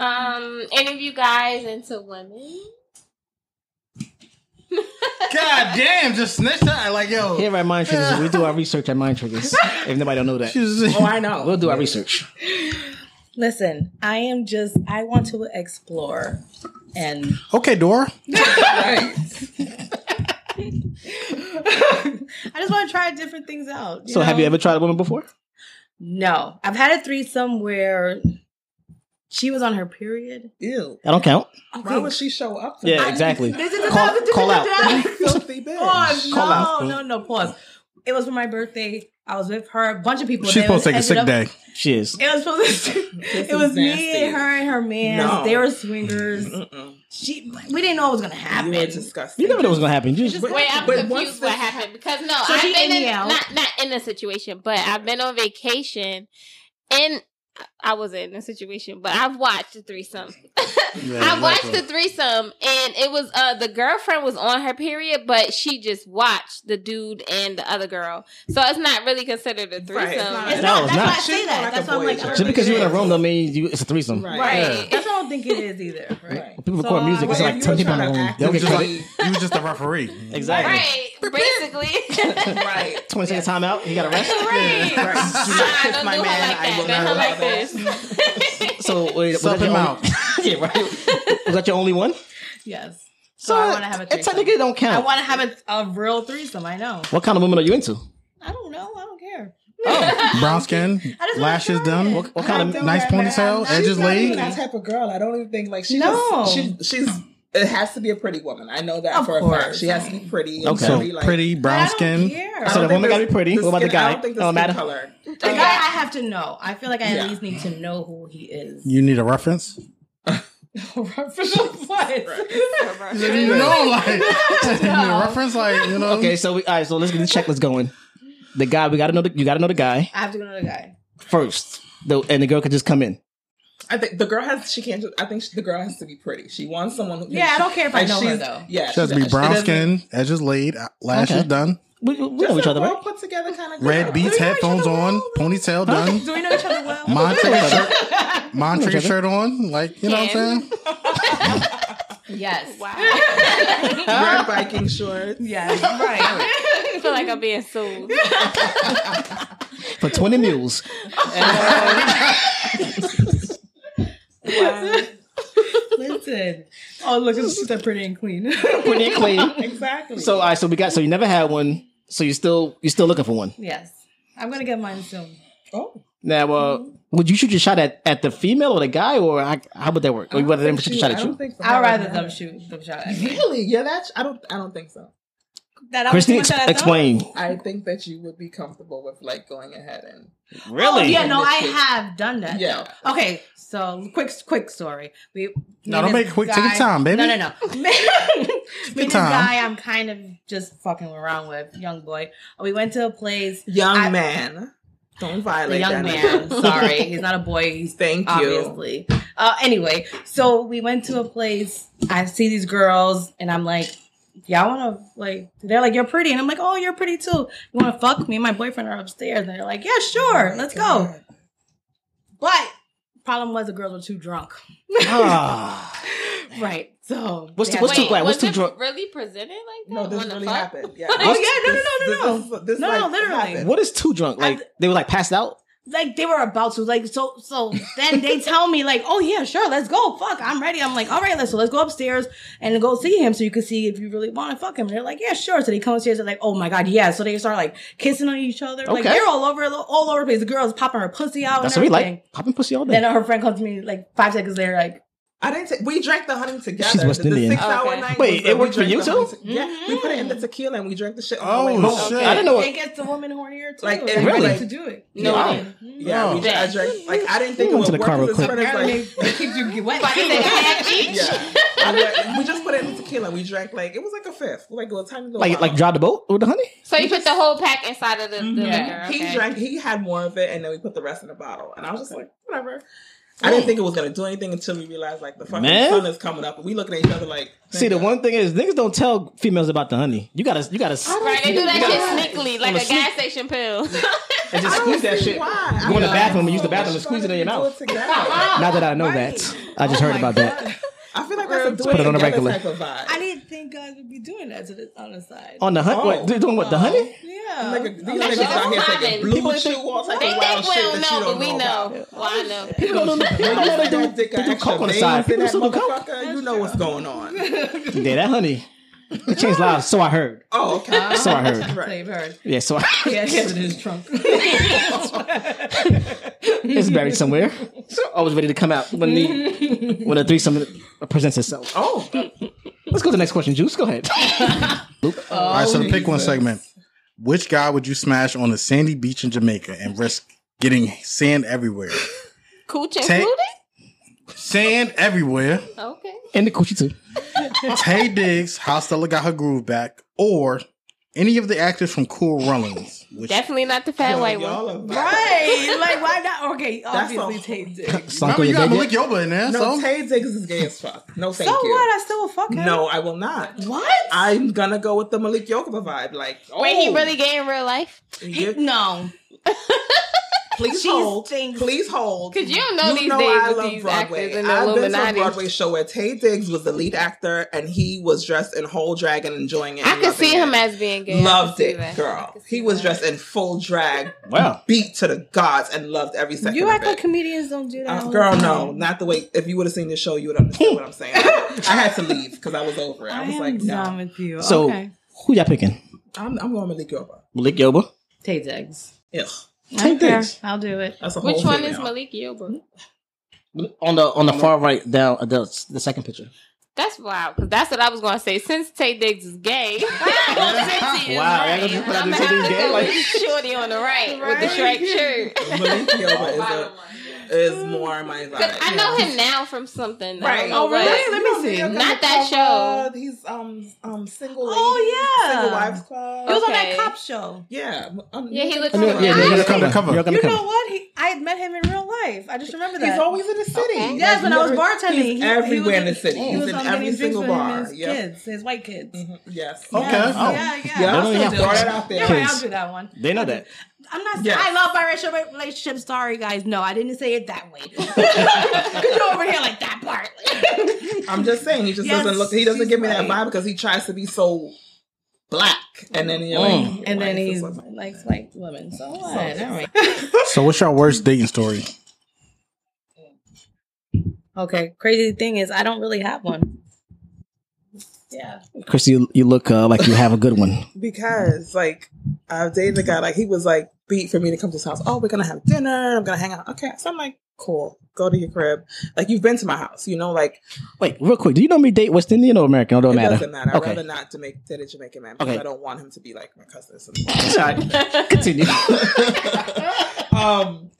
C: Um, any of you guys into women?
E: God damn, just snitch that. Like, yo.
D: Here at Mind Triggers, we do our research at Mind Triggers. If nobody don't know that,
G: oh I know
D: we'll do our research.
F: Listen, I am just, I want to explore. And
E: Okay, Dora.
F: I just want to try different things out.
D: So, have
F: know?
D: you ever tried a woman before?
F: No. I've had a threesome where she was on her period.
G: ew
D: That don't count.
G: why would she show up for
D: Yeah, exactly. Call, call out.
G: filthy bitch.
F: Pause.
D: Call out.
F: No, no, no. Pause. It was for my birthday. I was with her, a bunch of people.
E: She's
F: They
E: supposed to
F: was
E: take a
F: ended
E: sick
F: up-
E: day.
D: She is.
F: It was supposed to.
G: This
F: it was
G: is
F: me
G: nasty.
F: and her and her man.
G: No.
F: They were swingers.
G: Mm-mm.
F: she, we didn't know it was gonna happen.
G: You are disgusting.
D: You never know what's gonna happen. You
C: Just,
D: just
G: But-
C: wait, I'm
G: but once
C: confused
G: this
C: what happened because no,
F: So
C: I've
F: she
C: been
F: in
C: in,
G: E
F: the out.
C: not not in a situation, but I've been on vacation and I wasn't in a situation, but I've watched the threesome. I watched the threesome and it was uh the girlfriend was on her period, but she just watched the dude and the other girl. So it's not really considered a threesome.
G: it's not-
F: It's
D: No,
F: not,
D: it's
F: that's
D: not.
F: why I say that. That's why I'm like,
D: just because you're in a room don't mean you, it's a threesome.
G: Right.
C: Right.
F: that's why I don't think it is either. Right?
G: Right.
D: People record
F: So,
D: music. It's
G: if
D: like
G: you
D: ten
G: were
D: people in
G: trying
D: the
G: to
D: room.
G: act-
D: They don't
E: You
D: get
E: just,
D: credit.
E: you just the referee.
D: Exactly.
C: Right. Basically.
G: Right.
D: Twenty second timeout. You got to rest.
C: Right.
G: Right. Do not
C: Ah,
G: kiss
C: don't
G: my
C: do her
G: man.
C: like
G: I
C: that.
G: will
C: Don't
G: not
C: her
G: allow
C: like
G: that.
C: this.
D: So wait, was
E: Suck
D: that your
E: him
D: only-
E: out.
D: yeah, right. Was that your only one?
F: Yes.
D: So
F: So I want to have a
D: it
F: threesome.
D: technically don't
F: I
D: count.
F: want to have a, a real threesome. I know.
D: what kind of women are you into?
F: I don't know. I don't care. Oh.
E: Brown skin,
F: I just wanna
E: lashes
F: try
E: done.
F: it.
E: What,
D: What kind of
E: nice ponytail, edges
G: She's not even
E: laid.
G: that type of girl. I don't even think like she.
F: No.
G: Just, she, she's. It has to be a pretty woman. I know that
F: Of
G: for a fact.
F: course.
G: She has to be pretty. and
D: Okay.
E: So
G: very, like-
E: pretty,
F: But I
E: brown
F: don't
E: skin.
G: I
F: care.
D: So
G: don't
D: the
G: think
D: woman gotta
G: this-
D: be pretty.
G: the
D: What about the
G: skin- I
D: guy? Oh,
G: don't think the
D: Don't
G: skin
D: matter.
G: color.
F: The
G: Okay.
F: guy, I have to know. I feel like I
G: Yeah.
F: at least need to know who he is.
E: You need a reference. You know, like you need a reference, like you know.
D: Okay, so we all right. So let's get the checklist going. The guy, we gotta know. The, you gotta know the guy
F: I have to know the guy.
D: first, though, and the girl could just come in.
G: I think the girl has. She can't. Just, I think she, the girl has to be pretty. She wants someone. Who
F: Yeah, I don't care if I
G: like,
F: know her
G: she's-
F: though.
G: Yeah,
E: She has to be
G: does.
E: brown
G: doesn't-
E: skin, edges laid, lashes
D: Okay.
E: done,
D: We, we
G: Just
D: know each
G: a
D: other,
G: well
D: right?
G: Put together kind of.
E: red beats,
F: each other
E: headphones on,
F: well,
E: ponytail done,
F: Do we know each other well?
E: Montre shirt, Montre shirt on, like you know what I'm saying.
F: yes.
C: Wow.
G: Red biking shorts.
F: Yes. Right.
C: I feel like I'm being sued.
D: For twenty mules.
F: Listen. Oh, look, it's just that pretty and clean.
D: Pretty and clean.
G: Exactly.
D: So all right, so we got. So you never had one. So you still you still looking for one.
F: yes. I'm gonna get mine soon.
G: oh,
D: Now, uh, would you shoot your shot at, at the female or the guy, or I, how would that work? Or whether them shoot your shot
G: I
D: at
G: don't
D: you?
G: think. so.
F: I'd rather them shoot them shot at me.
G: Really? Yeah, that's. I don't. I don't think so.
F: That I would
D: Christine,
F: shoot
D: ex-
F: at them?
D: explain.
G: I think that you would be comfortable with like going ahead and
F: Oh, yeah, no, I
G: Nitpick.
F: have done that.
G: Yeah.
F: though. Okay, so quick, quick story. We
E: No,
F: me
E: don't
F: and
E: make
F: this
E: it quick. Take your
F: guy-
E: time, baby.
F: No, no, no. me and this
E: time.
F: guy, I'm kind of just fucking around with young boy. We went to a place.
G: young
F: I-
G: man. Don't
F: The
G: violate
F: young
G: that
F: man. Sorry, he's not a boy. He's
G: Thank you.
F: obviously. Uh, anyway, so we went to a place. I see these girls, and I'm like, "Y'all want to like?" They're like, "You're pretty," and I'm like, "Oh, you're pretty too. You want to fuck me? and My boyfriend are upstairs." And they're like, "Yeah, sure,
D: Oh
F: let's go." But problem was the girls were too drunk.
D: Ah,
F: Right. So
D: What's
F: they
D: the- what's
F: had-
D: the- glad? What's
C: was
D: too
C: it
D: drunk?
C: really presented like that?
G: No, this
C: On the
G: really
C: fuck?
G: happened. Yeah.
F: Oh yeah, no, no, no, no, no.
G: This, this, this,
F: No,
G: like,
F: no, literally.
G: happened.
D: what is too drunk? Like they were like passed out.
F: like they were about to like so so then they tell me like oh yeah sure let's go fuck i'm ready i'm like all right let's so let's go upstairs and go see him so you can see if you really want to fuck him and they're like yeah sure so they come upstairs they're like oh my god yeah so they start like kissing on each other like
D: Okay.
F: they're all over all over the place the girl's popping her pussy out
D: That's what
F: and
D: we
F: everything.
D: like. Popping pussy all day.
F: Oh, then her friend comes to me like five seconds later like
G: I didn't. T- we drank the honey together.
D: She's West
G: the, the
D: Indian.
G: Six hour
C: Okay.
G: night
D: Wait,
G: was the-
D: it
G: we
D: worked for
G: drank
D: you
G: the
D: too?
G: honey to- yeah, we put it in the tequila and we drank the shit. on the
E: Oh,
G: way home.
E: shit.
D: I didn't know what.
F: it gets the woman hornier too
G: Like,
F: They
G: it
F: like
D: really-
F: to do it
C: No,
D: Wow.
C: it didn't.
G: Yeah, we, I drank. Like I didn't think it
D: Went
G: would
D: to the
G: work.
D: car real
G: 'cause
D: quick.
G: it's sort of like,
F: Apparently, it keeps you get wet
C: Why did they have each?
G: yeah. And we- we just put it in tequila. We drank like it was like a fifth, like a tiny little.
D: Like
G: bottle.
D: like drive the boat with the honey.
C: So you put the whole pack inside of the,
G: Mm-hmm.
C: the
F: Yeah.
C: liquor. Okay.
G: He drank. He had more of it, and then we put the rest in the bottle. And I was just like, whatever. I didn't think it was gonna do anything until we realized like the fucking
D: Man.
G: sun is coming up. And we looking at each other like,
D: See, the one thing is niggas don't tell females about the honey. You gotta you gotta s-
C: Right, they do that shit sneakily, like
D: I'ma
C: a gas station pill.
D: and just
G: I
D: squeeze
G: don't
D: that
G: see
D: shit.
G: Why?
D: Go in the
G: I-
D: bathroom and use the bathroom
G: Why
D: and squeeze it in your
G: do we do
D: mouth.
G: it together?
D: Now that I know that, I just
G: Oh
D: heard about that
G: I feel like that's a do
D: Put it on a
G: together
D: regular.
G: type of vibe.
F: i didn't think guys would be doing that to the, on the side
D: on the honey.
G: Oh.
D: What, doing what the honey?
F: yeah
G: Like a, these
F: like,
G: niggas out here taking
C: common.
G: blue
D: People
G: shit,
D: think-
G: all type
C: They
G: of
C: think
G: wild
C: we
G: shit
C: don't
G: that you
C: know, but
G: don't
C: we
G: know. about.
C: know. Well, I know.
D: People don't know. People don't know they do.
G: That dick
D: They
G: got
D: do
G: extra
D: coke on the
G: veins
D: side.
G: in
D: People
G: that
D: still do coke.
G: motherfucker. You know what's going on.
D: Yeah, that honey. It changed lives. So I heard.
G: Oh, okay.
D: So I heard.
F: They've heard.
D: Yeah, so I,
F: Yeah, he has it in his trunk.
D: it's buried somewhere. So always ready to come out when the when a threesome presents itself.
G: Oh,
D: Let's go to the next question, Juice. Go ahead.
E: All right, so the pick one segment. Which guy would you smash on a sandy beach in Jamaica and risk getting sand everywhere?
C: Cooch
E: Take-
C: included?
E: Sand everywhere.
C: Okay.
D: And the coochie too.
E: Tay Diggs, how Stella got her groove back, or any of the actors from Cool Runnings. Which
C: Definitely not the fat white one.
F: Right. Like, why not? Okay,
G: That's
F: obviously
G: a-
F: Tay Diggs.
E: Remember, you got Malik Yoba in there,
G: No,
E: so
G: Tay Diggs is gay as fuck. No, thank
F: So
G: you.
F: what? I still will fuck him.
G: No, I will not.
F: What?
G: I'm gonna go with the Malik Yokuba vibe. Like, oh,
C: Wait, he really gay in real life?
G: you-
F: no.
G: please
F: She's
G: hold.
F: thinks-
G: Please hold.
C: Because you don't know these
G: know
C: days
G: I
C: with
G: love
C: these
G: Broadway.
C: actors and the
G: I've been to a
C: Illuminati.
G: Broadway show where Tay Diggs was the lead actor, and he was dressed in whole drag and enjoying it.
C: I
G: and
C: could
G: loving
C: see him
G: it.
C: as being gay. I
G: loved
C: could see
G: it,
C: that. I
G: girl.
C: could see
G: He was
C: that.
G: dressed in full drag,
D: Wow.
G: beat to the gods, and loved every second.
F: You
G: of
F: act
G: it.
F: like comedians don't do that.
G: Uh,
F: all the
G: girl,
F: time.
G: no, not the way. If you would have seen the show, you would understand what I'm saying. I had to leave because I was over it. I,
F: I,
G: was
F: am
G: like, no,
F: done with you.
D: So
F: okay.
D: who y'all picking?
G: I'm, I'm going Malik Yoba.
D: Malik Yoba.
F: Tay Diggs.
G: Ugh,
F: I don't care.
D: Diggs.
F: I'll do it.
G: that's a whole
C: Which one
G: thing
C: is
G: now.
C: Malik Yoba?
D: On the on the far right down uh, the, the second picture.
C: That's wild. Because that's what I was going to say. Since Tay Diggs is gay,
D: Wow,
C: wow,
D: y'all gonna be put out
C: I'm
D: there
C: gonna have
D: saying
C: to
D: he's gay,
C: go
D: like-
C: with Shorty on the right, with the
F: Right.
C: striped shirt.
G: Malik Yoba is, a, is more my vibe.
C: Oh, I know him now from something. I don't
G: Right.
C: know
F: Oh, really?
C: what.
F: Let me see.
C: Not that show.
G: He's um um single.
F: Oh,
G: ladies,
F: yeah.
G: single wives club.
F: He was on
C: Okay.
F: that cop show.
G: Yeah, um,
C: Yeah, he looks
G: I
D: Yeah,
G: know-
C: like-
D: yeah,
C: I-
D: you're gonna
E: You're
D: come.
E: gonna cover.
D: You're gonna
F: You know
D: come.
F: what? He, I had met him in real life. I just remember that.
G: He's always in the city.
F: Yes, when I was
G: literally-
F: bartending,
G: he's
F: he- he
G: everywhere
F: was
G: in the city.
F: he
G: He's
F: was
G: in
F: on
G: every
F: Getting Drinks
G: single
F: with him and
G: bar.
F: His
G: Yep.
F: kids, his white kids.
G: Mhm. Yes.
E: Okay.
F: Yes,
D: Oh.
F: Yeah, yeah.
G: Yeah,
D: They know
G: I'll
D: that.
G: still throw that out there.
F: You're right, I'll
D: Kids.
F: do that one.
D: They know that.
F: I'm not.
G: Yes.
F: I love biracial relationships. Sorry, guys. No, I didn't say it that way. 'Cause you're over here like that part.
G: I'm just saying he just
F: Yes,
G: doesn't look. He doesn't
F: she's
G: give me that vibe
F: right.
G: because he tries to be so black, and then you're
D: Mm.
G: like,
F: and then
G: why is
F: he
G: this what-
F: likes white women. So what? All right.
E: So, what's your worst dating story?
F: Okay. Crazy thing is, I don't really have one. Yeah.
D: Chris, you you look uh, like you have a good one.
G: because like I've dated a guy like he was like beat for me to come to his house. Oh, we're gonna have dinner. I'm gonna hang out. Okay, so I'm like, cool. Go to your crib. Like you've been to my house. You know, like
D: Wait, real quick. Do you know me date West Indian or American? It don't
G: it
D: matter.
G: doesn't matter.
D: Okay.
G: I'd rather not to make date a Jamaican man because
D: Okay.
G: I don't want him to be like my cousin. or something.
D: All right. Continue.
G: um,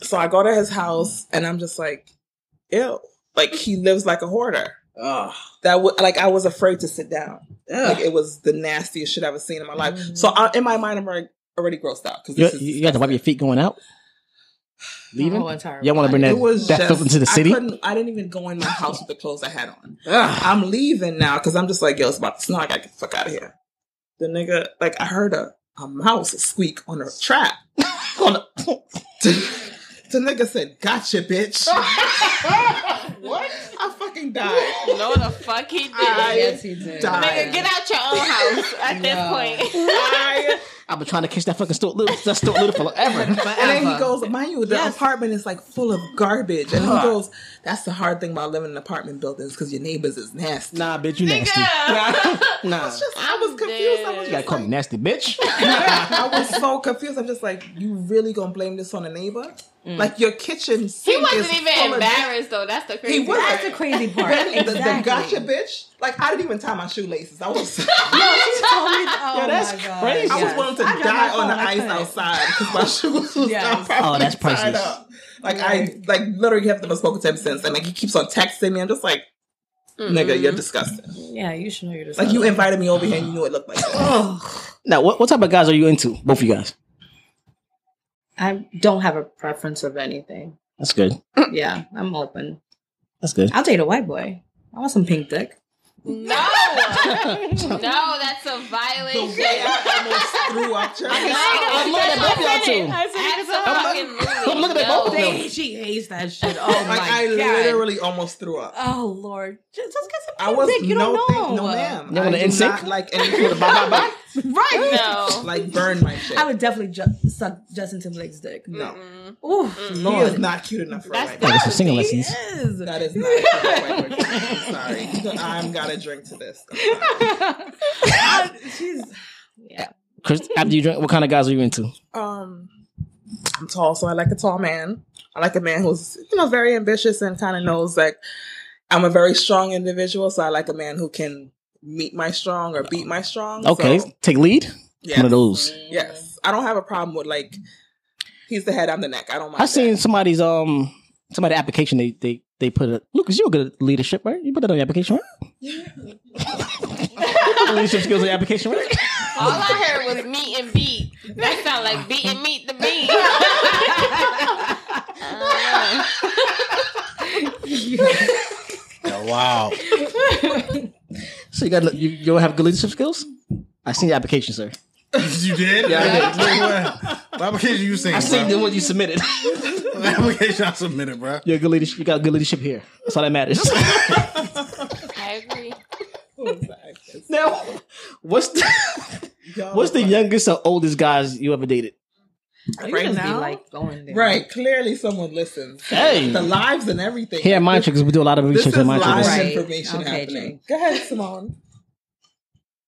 G: so I go to his house and I'm just like, ew. Like he lives like a hoarder. Ugh. That w- like I was afraid to sit down. Like it was the nastiest shit I've ever seen in my life. So I, in my mind, I'm already, already grossed out because
D: Mm. you,
G: this is
D: you got to wipe your feet going out. Leaving.
F: Oh, it's horrible.
D: Y'all want to bring
G: it was
D: that, that
G: just,
D: filth into the city? Ah.
G: I, couldn't- I didn't even go in my house with the clothes I had on. I'm leaving now because I'm just like, yo, it's about to snow. I gotta get the fuck out of here. The nigga, like, I heard a, a mouse squeak on a trap. on a, the, nigga said, gotcha, bitch. what? I fucking died.
C: No, the fuck he did.
D: Uh,
G: I
F: Yes, he did.
C: Nigga,
G: died.
C: get out your own house at this point.
G: I-
D: I've been trying to catch that fucking Stuart Little, that Stuart Little fella ever.
G: And then he goes, mind you, the
F: Yes.
G: apartment is like full of garbage. And he goes, that's the hard thing about living in apartment buildings because your neighbors is nasty.
D: Nah, bitch, you nasty. Nah,
G: I was confused. I was
D: you
G: just
D: gotta call me nasty, bitch.
G: I was so confused. I'm just like, you really gonna blame this on a neighbor?
F: Mm.
G: Like your kitchen
C: He
G: sink is
C: wasn't
G: full
C: even
G: of-
C: embarrassed though. That's the crazy.
G: He wasn't.
C: part.
F: That's the crazy part.
G: The,
F: exactly.
G: the gotcha bitch. Like I didn't even tie my shoelaces. I was
F: Oh
D: Yo, that's
F: my God.
D: crazy.
G: I was
F: Yes.
G: willing to
F: I dropped my
G: die on
F: phone.
G: the
F: I
G: ice
F: couldn't.
G: outside because my shoes was
F: Yes.
G: not properly
D: Oh, that's
G: tied
D: priceless.
G: up. Like I like literally haven't spoken to him since, and like he keeps on texting me. I'm just like, nigga,
F: Mm-hmm.
G: you're disgusting.
F: Yeah, you should know you're just
G: Like you invited me over here, and you knew it looked like. This.
D: Now, what, what type of guys are you into? Both of you guys.
F: I don't have a preference of anything.
D: That's good.
F: yeah, I'm open.
D: That's good.
F: I'll date a white boy. I want some pink dick.
C: No, no, that's a violation.
G: I almost threw up. Jerry.
D: I'm looking at both y'all too. I'm looking at both of them.
F: They, she hates that shit. Oh my
G: Oh, Like I
F: god.
G: literally almost threw up.
F: oh lord. Just, just get some
G: I
F: pink
G: was
F: dick. You
G: no,
F: don't know.
G: thank- no, ma'am.
D: You want
G: I
D: an
G: do not
D: NSYNC?
G: Like anything with a bye bye bye.
F: Right.
C: No.
G: Like burn my shit.
F: I would definitely ju- suck Justin Timberlake's dick.
G: no,
C: Mm.
F: Ooh,
G: he
F: lord.
G: is not cute enough for a white
C: That's
G: person.
D: Some singing lessons.
F: Yes.
G: That is not cute for a white person. I'm sorry. I'm gotta drink to this.
F: She's yeah.
D: Chris, after you drink, what kind of guys are you into?
G: Um, I'm tall, so I like a tall man. I like a man who's you know very ambitious and kind of knows like I'm a very strong individual, so I like a man who can meet my strong or beat my strong.
D: Okay,
G: so,
D: take lead.
G: yes.
D: One of those.
G: Yes, I don't have a problem with like he's the head, I'm the neck. I don't mind.
D: I've
G: that.
D: seen somebody's um somebody application they they They put it, Lucas, you're good at leadership, right? You put that on your application, right? leadership skills on your application, right?
C: All I heard was meat and beat. That sound like beat and meat to me.
E: Oh, wow.
D: So you got you, you don't have good leadership skills? I seen the application, sir.
E: you did?
D: Yeah, I
E: did. the application you seen.
D: I seen the
E: bruh.
D: one you submitted.
E: The application I submitted, bro.
D: You're good leadership. You got good leadership here. That's all that matters.
C: I agree.
D: now, what's the what's the youngest or oldest guys you ever dated?
G: Right
F: just
G: now?
F: be like going there.
G: Right. Clearly, someone listens.
D: Hey.
G: The lives and everything.
D: Here at Mind Triggers, we do a lot of
G: This
D: research
G: is
D: on Mind
G: live
D: Triggers.
F: Right.
G: information
F: Okay,
G: happening.
F: Jay.
G: Go ahead, Simone.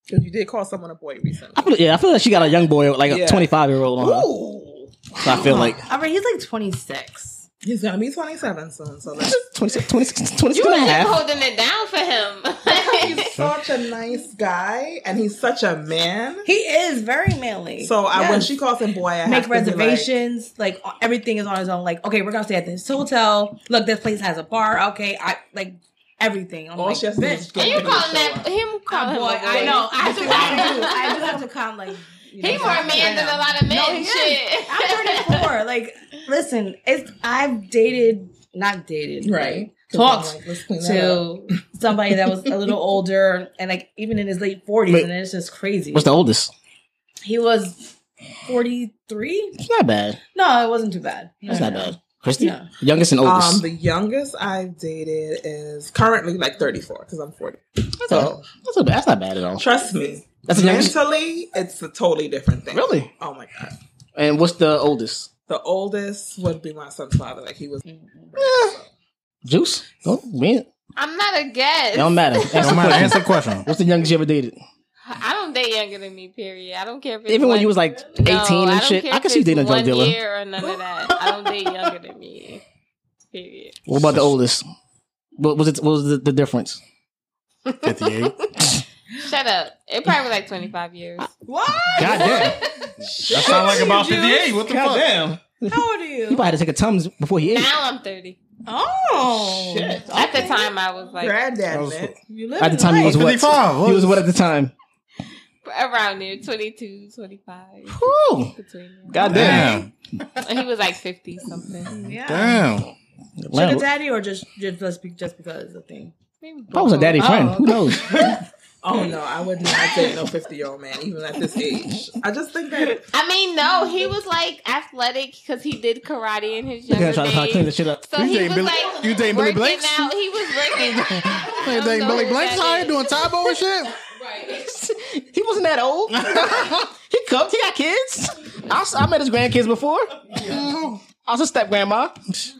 G: 'Cause you did call someone a boy
D: I
G: recently.
D: feel, yeah, I feel like she got a young boy, like a
G: Yeah.
D: 25 year old on her.
G: Ooh.
D: So I feel like
F: All right, he's like 26.
G: He's gonna be 27 soon, so let's
D: 26, 26, 26
C: You
D: and a
C: were just
D: half.
C: holding it down for him.
G: He's such a nice guy, and he's such a man.
F: He is very manly.
G: So I, when
F: Yes.
G: she calls him boy, I have
F: make
G: to be like-
F: reservations, like, o- everything is on his own. Like, okay, we're gonna stay at this hotel. Look, this place has a bar. Okay, I like everything. I'm
G: all
F: like,
G: she has to do is
F: bitch.
G: go
C: and you
G: to the
C: calling
G: show
C: that
G: up.
C: him
F: Oh,
C: calling him
F: boy,
C: a boy.
F: I know. I do. I do.
C: I
F: I do have to come. Like you
C: He
F: know,
C: more
F: I
C: man than
F: know.
C: a lot of men.
F: No, he is.
C: shit.
F: I'm 34. Like, listen, it's I've dated, not dated,
G: right?
F: Talked
G: Like, let's clean that up.
F: to somebody that was a little older and like even in his late 40s,
D: Wait.
F: and it's just crazy.
D: What's the oldest?
F: He was 43.
D: It's not bad.
F: No, it wasn't too bad. No,
D: It's
F: no,
D: not
F: no.
D: bad. Christy,
F: No.
D: youngest and
G: Um,
D: oldest.
G: the youngest I've dated is currently like 34 because I'm 40.
D: that's,
G: So
D: not, that's, not bad. that's not bad at all.
G: trust me,
D: That's the youngest.
G: mentally, it's a totally different thing.
D: Really?
G: Oh my god.
D: And what's the oldest?
G: The oldest would be my son's father. Like he was.
D: Juice? Don't, man,
C: I'm not a guest.
D: it don't matter. Answer
E: Don't
D: the
E: matter.
D: question.
E: Answer the question.
D: What's the youngest you ever dated?
C: I don't date younger than me. Period. I don't care if it's
D: Even when
C: one-
D: you was like 18
C: No, I
D: and
C: don't
D: shit,
C: care
D: I
C: if
D: could see you
C: it's
D: dating a drug
C: one
D: dealer.
C: Year or none of that. I don't date younger than me. Period.
D: What about the oldest? What was it? What was the, the difference?
E: 58.
C: Shut up. It probably was like 25 years.
F: What?
D: God damn!
E: That sound like about 58. What the fuck?
D: damn!
F: How old are
D: He
F: you?
D: probably had to take a tums before he ate.
C: Now I'm 30.
F: Oh,
G: Shit.
C: At the time, I was like
G: Granddad,
E: was-
G: man.
F: You
D: At the time, he was what?
E: 55.
D: He was what at the time?
C: around there, 22, 25.
D: Whew.
C: Between there.
D: God damn!
E: Damn.
C: And he was like 50 something.
F: Yeah.
E: Damn.
F: Sugar
D: Wow.
F: daddy or just just just be- just because the thing.
D: I was a daddy friend. Who knows? Hmm.
G: Oh no, I would not date no 50 year old man, even at this age. I just think that
C: I mean, no, he was like athletic because he did karate in his younger
D: Gonna try to try to clean the
C: days.
D: shit up.
C: So he was
E: Billy-
C: like
E: you dating Billy
C: working
E: Blanks?
C: out. He was working. I
E: Hey,
C: don't
E: dang,
C: know
E: Billy
C: who
E: Blank's
C: that
E: out here
C: is.
E: doing Tybo and shit.
D: He wasn't that old. he cooked. He got kids. I, s- I met his grandkids before. I was a step grandma.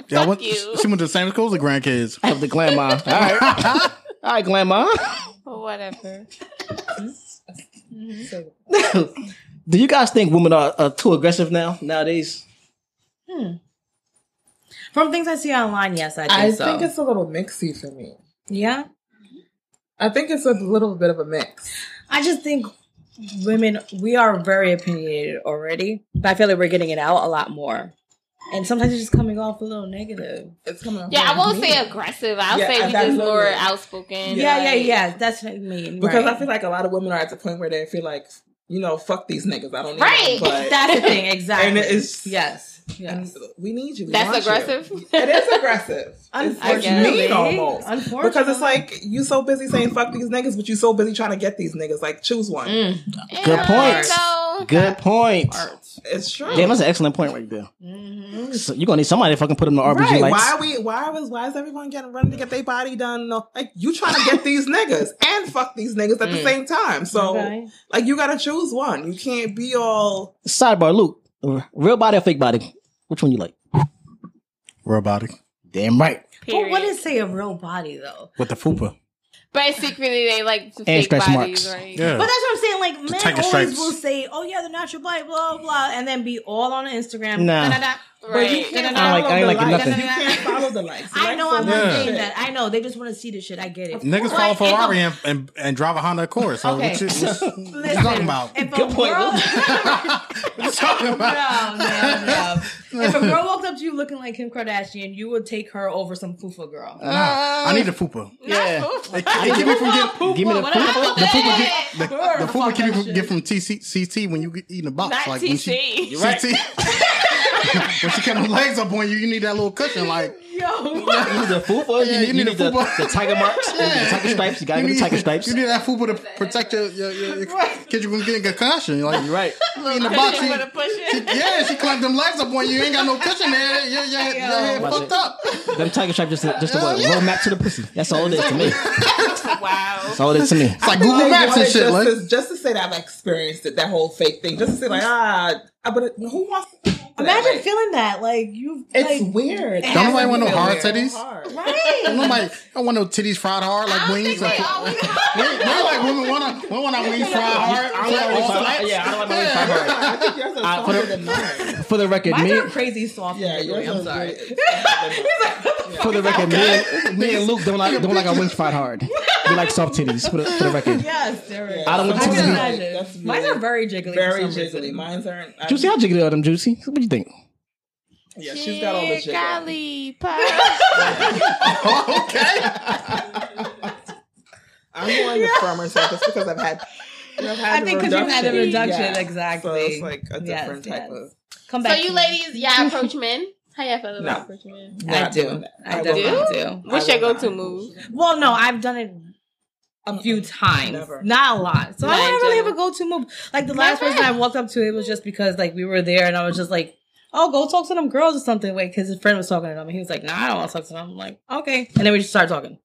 E: Y'all went,
C: you.
E: She went to the same school as the grandkids.
D: I have the grandma. All right. All right, grandma.
C: Whatever.
D: Do you guys think women are, are too aggressive now nowadays?
F: From things I see online, yes, I think
G: I
F: so.
G: think it's a little mixy for me.
F: yeah.
G: I think it's a little bit of a mix.
F: I just think women we are very opinionated already, but I feel like we're getting it out a lot more. And sometimes it's just coming off a little negative.
G: It's coming. off
C: Yeah, I
G: like
C: won't
G: me.
C: say aggressive. I'll
G: Yeah,
C: say we
G: that's
C: just more
G: literally-
C: outspoken.
F: Yeah, yeah,
C: like-
F: yeah. That's what I mean.
G: because
F: right.
G: I feel like a lot of women are at the point where they feel like, you know, fuck these niggas. I don't need
C: Right.
G: them, but
F: that's the thing, exactly.
G: And it is-
F: yes,
G: and
F: yes.
G: we need you. We
C: That's
G: want you.
C: aggressive.
G: It is aggressive. It's- it's
F: Unfortunately,
G: mean almost.
F: unfortunately,
G: Because it's like you so busy saying fuck these niggas, but you so busy trying to get these niggas. Like choose one.
F: Mm.
D: Good point.
C: So,
D: Good point.
G: It's true.
D: Damn, that's an excellent point right there.
F: Mm-hmm.
D: So you're gonna need somebody to fucking put in the RBG
G: Right.
D: lights.
G: Why are we why was why is everyone getting running to get their body done? No, like you trying to get these niggas and fuck these niggas at the same time. So
F: Mm. Okay.
G: like you gotta choose one. You can't be all
D: Sidebar, Luke. Real body or fake body? Which one you like?
E: Robotic.
D: Damn right.
F: But what
C: period.
F: is say a real body though?
E: With the fupa.
C: But secretly, they like to fake
D: scratch
C: bodies,
D: marks.
C: right?
E: Yeah.
F: But that's what I'm saying. Like men
E: tiger
F: always
E: stripes.
F: will say, "Oh yeah, the natural body, blah blah," and then be all on Instagram.
D: Nah.
F: da, da, da.
G: But you
C: Right.
G: can't
D: I
G: follow
D: ain't like- I ain't
G: the
D: like
G: likes.
D: nothing.
G: You can't follow the likes. The
F: I
G: likes
F: know
G: are
F: I'm
E: Yeah.
F: not
G: bullshit.
F: saying that. I know they just want to see the shit. I get it.
E: Niggas
F: But
E: follow
F: if a-
E: Ferrari and, and, and drive a Honda Accord. So
F: Okay.
E: what you, what you- what you
F: Listen,
E: talking about?
F: If a
G: Good point,
F: Girl,
E: what you talking about?
F: no, no, no. If a girl walked up to you looking like Kim Kardashian, you would take her over some fufa girl.
E: Nah, I need a fupa.
D: Uh, Yeah.
E: It, it keep me from get,
D: Give me the
E: the fupa get the,
F: Word,
E: the fupa
F: fuck
E: keep me
F: that
E: from
F: shit.
E: get from TCT when you get eating a box.
C: Not
E: like when she,
C: TC.
D: Right.
E: CT. when she cut her legs up on you, you need that little cushion. Like
F: Yo,
H: You need the fupa.
E: Yeah,
H: you, need, you need the,
E: fupa.
H: the tiger marks. you need the tiger stripes. You gotta
E: you
H: get
E: need,
H: the tiger stripes.
E: You need that fupa to protect your your, your, your kid. You gonna get a concussion. Like
H: You're right.
E: you in the box.
C: Push
E: you-
C: it with a push
E: she-
C: it.
E: yeah, she clamped them legs up on you. You ain't got no cushion there. Your, your, head- your head
H: Watch
E: fucked
H: it.
E: up.
H: Them tiger stripes just to, just to what?
E: yeah.
H: Roll map to the pussy. That's all it is to me.
C: Wow.
H: That's all it is to me.
E: It's like Google
G: Like,
E: Maps and
G: wanted
E: shit.
G: Just,
E: Like
G: to, just to say that I've experienced it, that whole fake thing. Just to say, like, ah, I- but it- who wants to do that?
F: imagine
G: Like,
F: feeling that. Like you,
G: It's
F: like,
G: weird.
F: Don't
G: That's
E: nobody want no
G: so
E: hard
G: weird.
E: titties.
G: Hard.
F: right?
E: nobody. I want no titties fried hard like wings. Like, Wait, not like women want to. Women want our wings fried hard. I want all that.
H: Yeah, I don't like my wings fried hard.
G: I think yours are
H: Uh, for
G: softer
H: the-
G: than mine.
H: For the record,
F: Mine
H: me
F: are crazy soft.
G: Yeah, yours
F: I'm
G: are
F: sorry.
G: really-
H: for the record, me, and, me and Luke don't like don't like our wings fried hard. We like soft titties. For the, for the record,
F: Yes, there is.
H: I don't want
F: I
H: you to
F: can
H: be
F: imagine.
G: That's really-
F: Mine are very jiggly. for
G: very
F: some reason.
G: jiggly. Mine's aren't. I'm-
H: juicy. How jiggly are them juicy? What do you think?
G: Yeah, she's got all the jiggle.
C: Golly, pop.
G: I'm going to firmer surface because I've had. I've had
F: I
G: the
F: think 'cause you've had the reduction,
G: So
F: exactly.
G: it's like a
F: Yes,
G: different type
F: yes.
G: of.
F: Come
C: So
F: back.
C: you
F: to me.
C: ladies, y'all approach men? How y'all feel about
G: No.
C: approaching men?
F: I
G: Not doing
F: do.
G: that.
F: I
G: will not.
F: definitely do.
C: What's
G: I
C: your
G: will
C: go-to
G: not.
C: move?
F: Well, no, I've done it a few times,
G: Never.
F: not a lot. So I
C: Not in
F: don't really have a
C: general.
F: go-to move. Like the last
C: Never.
F: person I walked up to, it was just because like we were there, and I was just like, "Oh, go talk to them girls or something." Wait, because his friend was talking to them, and he was like, "No, nah, I don't want to talk to them." I'm like, "Okay," and then we just started talking.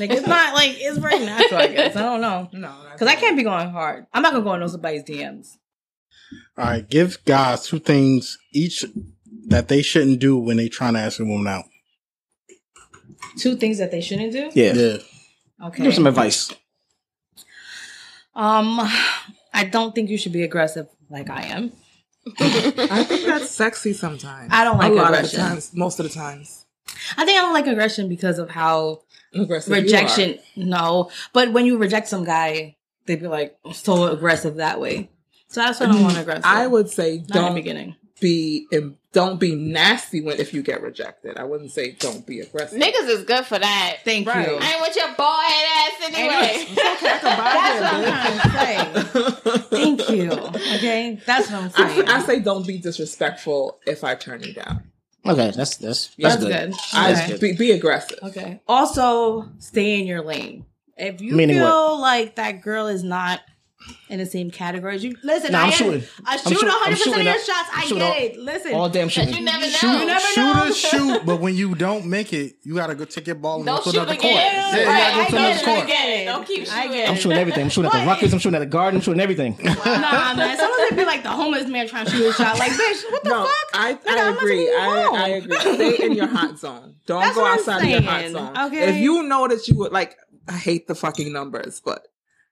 F: Like it's not like it's very natural, I guess. I don't know
G: No,
F: because I can't be going hard. I'm not gonna go on somebody's DMs.
E: All right, give guys two things each that they shouldn't do when they trying to ask a woman out.
F: Two things that they shouldn't do.
D: Yeah.
E: Yeah.
F: Okay.
D: Give some advice.
F: Um, I don't think you should be aggressive like I am.
G: I think that's sexy sometimes.
F: I don't like
G: a lot
F: aggression.
G: of the times. Most of the times,
F: I think I don't like aggression because of how
G: aggressive. you are.
F: rejection no but when you reject some guy they be like so aggressive that way so that's what i don't want aggressive
G: Mm, I would say
F: Not in the
G: don't
F: beginning
G: be and don't be nasty when if you get rejected. I wouldn't say don't be aggressive.
C: Niggas is good for that.
F: thank you
C: I ain't with your bald head ass anyway.
F: that's what i'm trying to say thank you okay that's what i'm saying
G: I, I say don't be disrespectful if I turn you down.
D: Okay, that's that's
F: that's, good,
G: I
F: Okay.
G: be, be aggressive.
F: okay also stay in your lane if you
D: Meaning
F: feel like that girl is not in the same category as you listen
D: Nah,
F: I
D: I'm
F: am-
D: shooting.
F: i
D: I'm
F: shoot
D: shooting. I'm
F: 100% of
D: shooting
F: your
D: up.
F: shots i
D: shooting
F: get
D: up.
F: it listen
D: All damn
C: you
D: shooting.
C: never
F: Shoot-
C: know.
F: never know.
E: Shoot or shoot, but when you don't make it, you gotta go take your ball and
C: Don't
E: go to
C: shoot
E: another court.
C: again.
E: Yeah, you
C: Right,
E: gotta
C: I
E: go to
C: get
E: another
C: it,
E: court.
C: I get it. Don't keep
F: I
C: shooting.
F: get
C: I'm
D: I'm shooting everything. I'm shooting at the Rockets. I'm shooting at the Garden. I'm shooting everything.
F: Nah, man. Sometimes it'd be like the homeless man trying to shoot a shot. Like, bitch, what the
G: No,
F: fuck?
G: I,
F: Nigga,
G: I
F: I'm
G: agree.
F: listening to
G: I,
F: you.
G: I agree. Stay in your hot zone. Don't
F: That's
G: go
F: what I'm
G: outside of your hot
F: saying.
G: zone.
F: Okay.
G: If you know that you would like, I hate the fucking numbers, but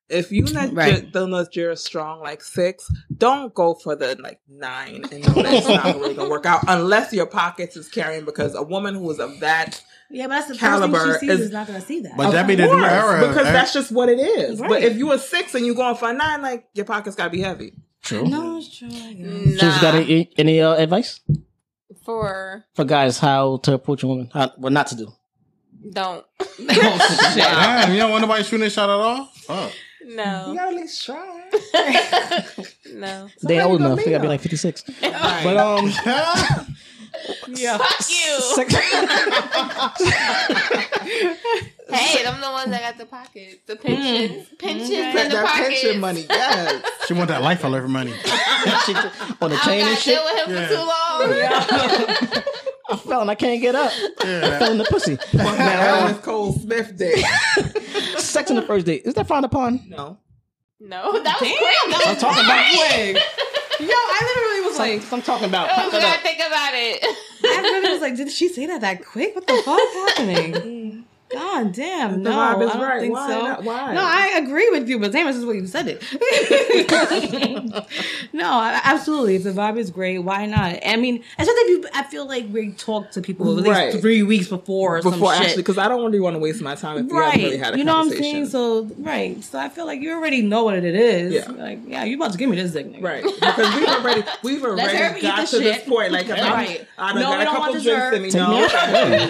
G: if you not
F: Right.
G: don't know that you're strong like six, don't go for the like nine, and know that's not really gonna work out unless your pockets is carrying. Because a woman who is of that,
F: Yeah, but that's the
G: Caliber
F: first thing she sees
G: is-
F: is, not gonna see that.
E: But that
G: Of
E: be the new
G: course,
E: era. eh?
G: because that's just what it is. But
F: Right.
G: if you a six and you going for a nine, like your pockets gotta be heavy.
D: True.
F: no, it's true. I guess.
D: Just got
C: Nah,
D: any, any uh, advice
C: for
D: for guys how to approach a woman? How, what not to do?
C: don't. Oh,
E: Damn, you don't want nobody shooting a shot at all? Fuck.
G: You
C: No,
G: gotta at least try.
C: no.
D: they
G: how
D: old
G: you gonna
D: enough. They
G: be
D: gotta be
G: though?
D: like 56. But um,
C: Fuck you.
D: sex-
C: Hey, them the ones that got the pockets, the pensions, pensions in the
G: Mm. that
C: pockets.
G: pension money, yes.
E: She want that life alert money.
D: on the
C: I
D: chain
C: got
D: and
C: to
D: shit.
C: deal with him
E: Yeah.
C: for too long.
D: I fell and I can't get up. I
E: Yeah.
D: fell in the pussy.
G: That was Cole Smith day.
D: Sex on the first date. Is that frowned upon?
G: No.
C: No, that was quick. That
D: I'm
C: was
D: talking about
F: Yo, I literally was like,
D: I'm talking about.
C: Oh,
D: Pump
C: we
D: it
C: gotta
D: up.
C: think about it.
F: I literally was like, did she say that that quick? What the fuck happening? God God damn,
G: The
F: no, I
G: vibe is
F: don't
G: right.
F: think
G: Why?
F: so.
G: Not, why?
F: No, I agree with you, but damn, this is what you said it. no, I- absolutely. If the vibe is great, why not? I mean, especially if you, I feel like we talk to people at least
G: Right.
F: three weeks before or
G: before
F: some
G: actually,
F: shit.
G: because I don't really want to waste my time if we
F: Right,
G: haven't really had a
F: you know what I'm
G: conversation.
F: saying. So right, so I feel like you already know what it is.
G: Yeah.
F: Like, yeah, you about to give me this dick, nigga.
G: Right, because we've already we've
F: Harry
G: already
F: eat
G: got
F: this
G: to this
F: shit.
G: point. Like,
F: Right.
G: I done
F: No, we
G: got a
F: don't
G: couple drinks
F: want dessert.
G: in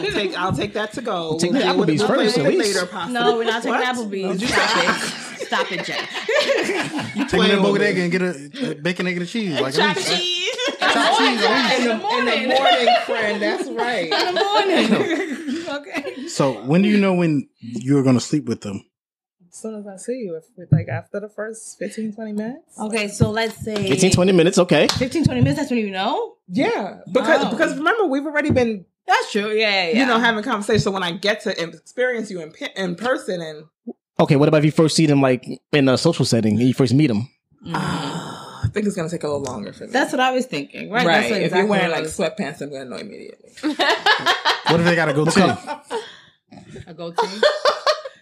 G: me. No, take, I'll take that to go.
H: Take
G: We'll
H: the
G: deal with it-
H: Applebee's
G: we'll
H: first,
G: play
H: at
G: it
H: least.
G: Later, possibly.
F: No, we're not taking
G: What?
F: Applebee's.
G: Did you
F: Stop it. Stop it, Jay.
E: Take me
G: Play
E: to
G: with
E: Bodega
G: me.
E: and get a, a bacon, egg, and a cheese. Like,
F: Chop
E: at least.
F: cheese.
E: Chopped cheese, at
F: In the
G: in
F: morning.
G: the morning, friend. That's right.
F: morning. okay.
E: least. So, when do you know when you're going to sleep with them?
G: As soon as I see you, if like after the first 15, 20 minutes.
F: Okay, so let's say
D: 15, 20 minutes, okay.
F: 15, 20 minutes. That's when you know.
G: Yeah, because
F: Oh.
G: because remember we've already been
F: That's true. Yeah, yeah.
G: you know having conversations. So when I get to em- experience you in pe- in person and
D: Okay, what about if you first see them like in a social setting and you first meet them?
G: Ah, I think it's gonna take a little longer for me.
F: that's what I was thinking. Right.
G: right.
F: That's what
G: if you're wearing
F: what I
G: like
F: was-
G: sweatpants, I'm gonna know immediately.
E: What if they got to go to?
F: a goatee,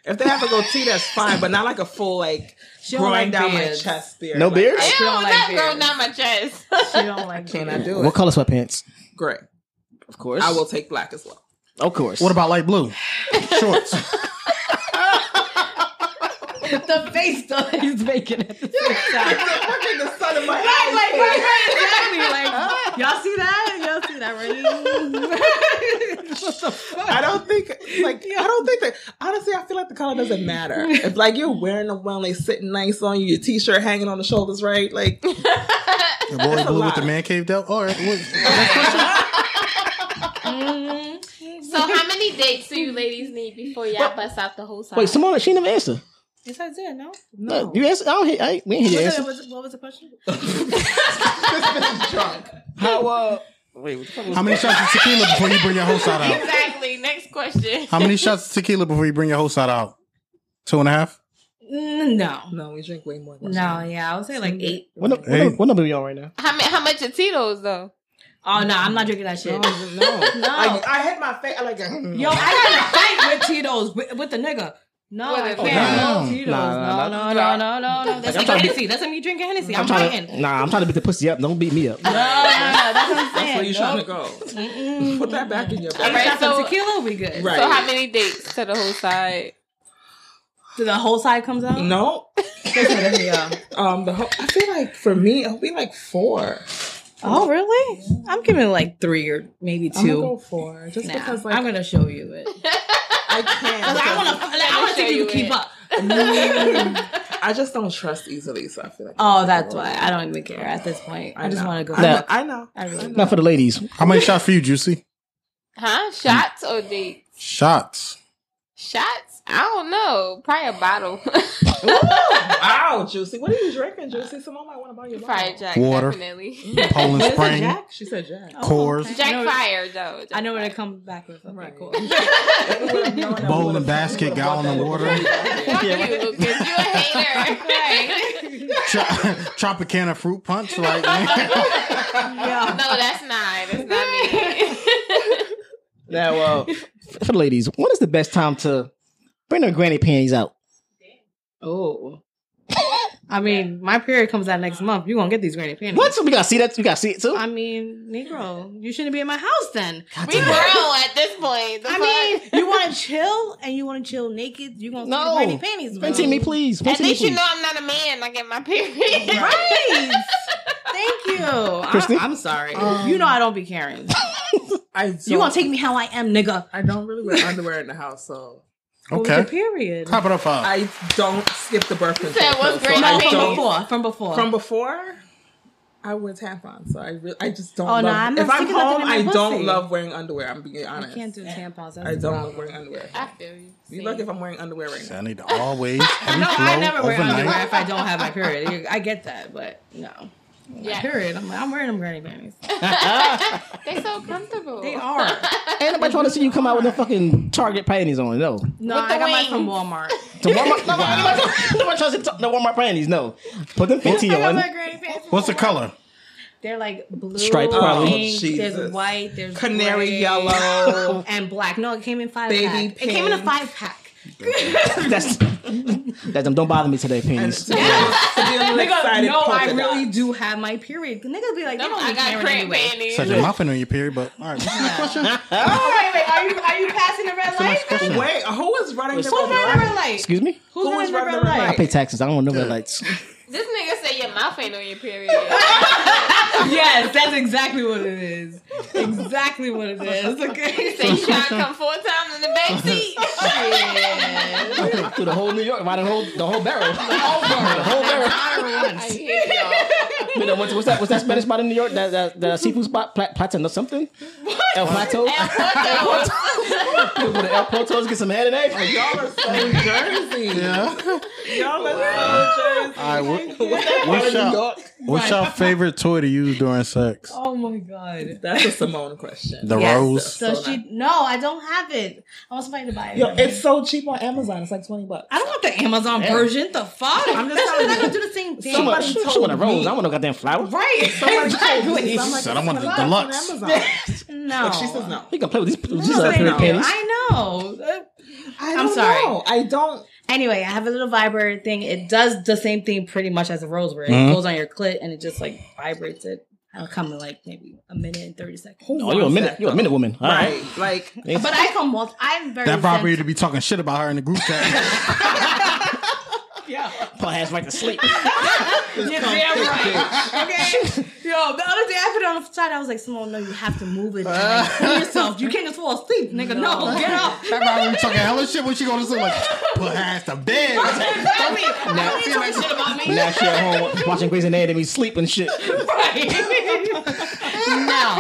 G: If they have a goatee, that's fine, but not like a full like
F: She don't
G: growing
F: like
G: down
F: beards.
G: my chest beard.
D: No
G: like,
D: beard?
G: I
C: Ew,
F: don't like
C: that
F: beards.
C: girl down my chest.
F: she don't like
G: Can I
F: beards.
G: do
D: What
G: it?
D: color sweatpants?
G: Gray.
D: Of course.
G: I will take black as well.
D: Of course.
E: What about light blue? Shorts.
F: the face though he's making at the same time.
G: Fucking the sun in my
F: Right, like,
G: eyes.
F: right, right, exactly. Like, y'all see that? Y'all see that, right? what the fuck?
G: I don't think like I don't think that honestly I feel like the color doesn't matter. If like you're wearing them well, they sitting nice on you, your t shirt hanging on the shoulders, right? Like
E: The boy
G: That's a
E: blue with
G: lot.
E: the man cave dealt. All right. What?
C: so how many dates do you ladies need before y'all bust out the whole side?
D: Wait, Simone, she never answer.
F: Yes, I did. No.
D: No. You answer? I don't hear, I, ain't- we ain't hear your
F: What
D: answer.
F: was, what was the question?
D: How, uh, wait, what the fuck was
E: How many shots of tequila before you bring your whole side out?
C: exactly. Next question.
E: How many shots of tequila before you bring your whole side out? Two and a half.
F: Mm, No.
G: no, we drink way more than
F: No, yeah, I would say like eight.
D: what, nu- what, nu- what number we on right now?
C: How, ma- how much of Tito's though?
F: Oh no, I'm not drinking that shit.
G: that. No.
F: No.
G: I, I hit my face I like mm.
F: Yo, I can't fight with Tito's with, with the nigga. No,
C: With
F: I
C: the
F: can't.
E: nigga.
F: no, Tito's.
D: Nah, nah,
F: no, no, no, no, no, no. That's like
D: trying to-
F: Hennessy. That's like me drinking Hennessy. I'm,
D: trying
F: fighting.
D: to, nah, I'm trying to beat the pussy up. Don't beat me up.
F: No, no, no, that's what I'm saying.
G: That's where you trying to
F: nope.
G: go. Put that back in your bag.
C: Alright,
F: Shots of
C: so-
F: tequila, we good.
G: Right.
C: So how many dates to the whole side?
F: So the whole side comes out.
G: No.
F: yeah.
G: Um the whole, I feel like for me it'll be like four.
F: Oh really? I'm giving it like three or maybe
G: I'm gonna go
F: two.
G: four. Just
F: Nah,
G: because like
F: I'm gonna show you it.
G: I can't
F: Cause I
G: because-
F: wanna, like, I wanna see if you can keep up.
G: I just don't trust easily, so I feel like
F: Oh, that's why I don't even care at this point. I just
G: know.
F: want to go.
G: I know. I know.
F: I really
D: Not for the ladies.
E: How many shots for you, Juicy?
C: Huh? Shots or dates?
E: Shots.
C: Shots? I don't know. Probably a bottle.
G: Wow, Juicy. What are you drinking, Juicy? Someone might want to buy you a
C: Fire Jack,
E: Water.
C: definitely.
E: Poland
F: What is it,
E: Spring.
F: Jack?
G: She said Jack.
E: Coors.
C: Jack
F: I know-
C: Fire though. Jack
F: I know where to come back with. Okay,
G: Right.
F: cool.
E: Bowl and basket, gallon of water.
C: Fuck you, Lucas. You a hater.
E: Chop, chop a can of fruit punch. Like, man.
C: No, that's not. That's not me.
D: Now, uh, for the ladies, when is the best time to bring their granny panties out?
F: Oh. I mean, my period comes out next month. You won't get these granny panties.
D: What? We gotta see that. We gotta see it too.
F: I mean, Negro, you shouldn't be in my house then.
C: we grown at this point. The
F: I
C: fuck?
F: mean, you want to chill and you want to chill naked. You gonna
D: No.
F: see the granny panties? bro.
D: Fancy me, please.
C: at
D: Fancy me,
C: least you
D: please.
C: know I'm not a man. I get my period.
F: Right. Thank you. I,
D: Christy?
F: I'm sorry. you know I don't be caring.
G: I don't,
F: You gonna take me how I am, nigga?
G: I don't really wear underwear in the house, so
F: What was your
E: Okay.
F: period?
E: Top it up five.
G: I don't skip the birth control.
C: said what's great
G: pill, so I
F: No,
C: about
F: from
G: don't-
C: babies?
F: before. From before.
G: From before, I wear tampons, so I really, I just don't.
F: Oh,
G: love
F: no, I'm not
G: if I'm
F: sticking nothing
G: home,
F: in my
G: I
F: pussy.
G: don't love wearing underwear. I'm being honest.
F: I can't do tampons. That's
G: I don't love wearing underwear.
C: I feel you.
G: You look if I'm wearing underwear right now.
E: I need to always.
F: No, I never wear
E: overnight.
F: underwear if I don't have my period. You- I get that, but no.
C: Yeah.
F: Period. I'm, like, I'm wearing them granny panties.
C: They so comfortable.
F: They are.
D: Ain't nobody trying to see you come out with no fucking Target panties on. No.
F: No,
C: With the
F: I got mine
C: wings.
F: from Walmart.
D: To Walmart, no, nobody, nobody trying to see no Walmart panties. No. Put them fifty
F: I got
D: on.
F: my granny panties.
E: What's the color?
F: They're like blue,
D: Striped, probably.
F: pink, there's
G: Jesus.
F: white, there's
G: Canary
F: gray,
G: yellow.
F: and black. No, it came in five
G: Baby
F: pack. It came in a
G: pink.
F: five pack.
D: That's that's them. Don't bother me today, penis.
G: excited
F: no,
G: polka
F: I
G: dot.
F: really do have my period. The nigga be like,
C: No,
F: "That don't
C: I
F: be
C: got
F: Karen
C: crack
F: anyway."
C: panties.
E: Such a muffin on your period, but all right. What's the next question?
F: Oh, wait, wait, are you are you passing the red light?
E: Next question.
G: Wait, uh, who is running the
F: Who's running the
G: red
F: red light?
D: Excuse me.
F: Who's
G: Who is
F: running the
G: running
F: red
G: the red
D: I
F: light?
D: pay taxes. I don't want no red lights.
C: This nigga said your mouth ain't on your period.
F: Yes, that's exactly what it is. Exactly what it is. Okay.
C: Say you trying to come four times in the back seat.
D: Through the whole New York, by the whole the whole barrel, the whole barrel, the whole barrel.
C: I hate y'all.
D: You know, what's, what's that? What's that Spanish spot in New York? That that, that seafood spot, Pla- Platin or something? El Plato. Go to El Platos, get some head and eggs.
G: Y'all are so Jersey.
E: Yeah.
G: Y'all are so Jersey.
E: All right. What,
G: Y'all
E: what's,
G: are New
E: your,
G: York.
E: what's your favorite toy to use during sex?
F: Oh my god.
G: That's a Simone question.
E: The
F: Yes.
E: rose.
F: So she no, I don't have it. I want somebody to buy it.
G: Yo, it's so cheap on Amazon. It's like twenty bucks.
F: I don't want the Amazon version. The fuck? I'm just
G: telling
F: not
G: you.
F: gonna do the same thing.
D: I want-
G: Somebody
D: I
G: told
D: want a rose.
G: me.
D: I want no goddamn flower.
F: right. exactly.
E: She said, I want the
G: It's on
E: deluxe.
G: Amazon.
F: No.
G: Like, she says no.
D: You can play with these. these
G: No,
D: are
G: they
D: period
G: don't.
D: panties.
F: I know. Uh,
G: I
F: I'm sorry.
G: know. I don't.
F: Anyway, I have a little vibrator thing. It does the same thing pretty much as a rose, where
E: Mhm.
F: it goes on your clit and it just like vibrates it. I'll come in like maybe a minute and thirty seconds.
D: Oh, you're a minute. You're a minute woman. All right.
G: Right. Like
F: But I come multi. I'm very.
E: That vibrator to
F: sensitive.
E: be talking shit about her in the group chat.
D: Paul has right to sleep.
F: You're damn right. Okay. Yo, the other day I put it on the side. I was like, Simone, no, you have to move it. Like, free yourself. You can't just fall asleep, nigga. No, get up.
E: That vibrator be talking hella shit when she goes to sleep. Like, put her ass to bed.
F: Exactly. I don't need to talk shit about me.
D: now she at home watching Grey's Anatomy, sleeping shit.
F: no,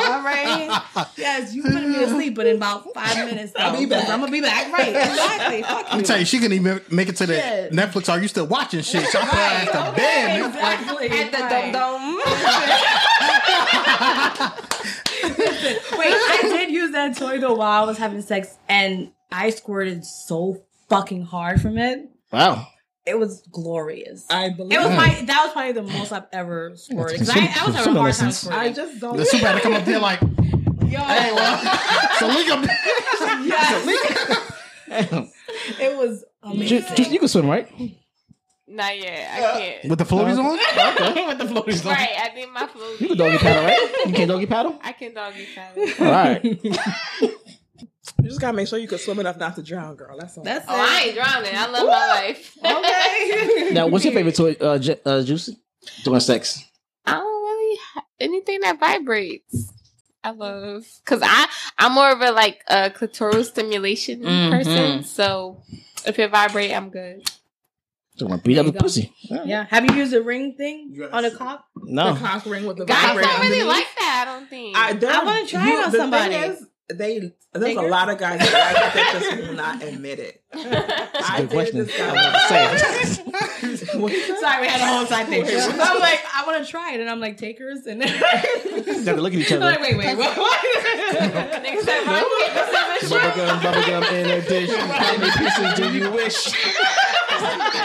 F: all right. Yes, you put me asleep, but in about five minutes, I'll
G: be back.
F: I'm gonna be back. Right, exactly. Fuck
E: I'm
F: you.
E: telling you, she couldn't even make it to the
F: Shit.
E: Netflix. Are you still watching shit? So I put her ass to bed. nigga.
F: Exactly.
C: At the
F: Right.
C: dum dum.
F: Wait, I did use that toy though while I was having sex, and I squirted so fucking hard from it.
D: Wow.
F: It was glorious.
G: I believe.
F: it was my that was probably the most I've ever squirted. 'Cause I, I was having a hard time squirting.
G: I just don't.
E: The super had to come up there like,
F: Yo,
E: hey, well, so link up.
F: it was
D: You,
F: amazing.
D: you- you can swim, right?
C: Not yet. I can't.
E: With the floaties on?
D: Okay. With the floaties on.
C: Right, I did my
D: You
C: flu.
D: can doggy paddle, right? You can doggy paddle?
C: I can doggy paddle.
D: All right.
G: You just gotta make sure you can swim enough not to drown, girl. That's all.
F: That's
C: Oh, I ain't drowning. I love my life.
F: it. Okay.
D: Now, what's your favorite toy, uh, ju- uh, Juicy? Doing sex.
C: I don't really ha- anything that vibrates. I love because I I'm more of a like a clitoral stimulation
F: Mhm.
C: person. So if it vibrate, I'm good.
D: Don't want to beat up a
F: you go.
D: pussy.
F: Yeah. Have you used a ring thing on a cock?
G: the
D: No.
G: cock ring with the
C: Guys
G: vibrator
C: don't really
G: underneath.
C: like that. I don't think.
G: there-
F: I wanna try it on
G: the thing
F: somebody.
G: is, they there's a
F: Fingers?
G: lot of guys that like it that just will not admit it. I
D: Good
G: dated
D: question.
G: this
D: I
G: guy-
D: wanted to say it.
F: Sorry, we had a whole side thing. I'm like, I want to try it, and I'm like, takers, and then
D: You have to look at each
F: I'm like,
D: other.
F: wait, wait, what? what?
C: Niggas that vibrate.
D: Bubblegum, bubblegum in a dish. How many pieces do you wish?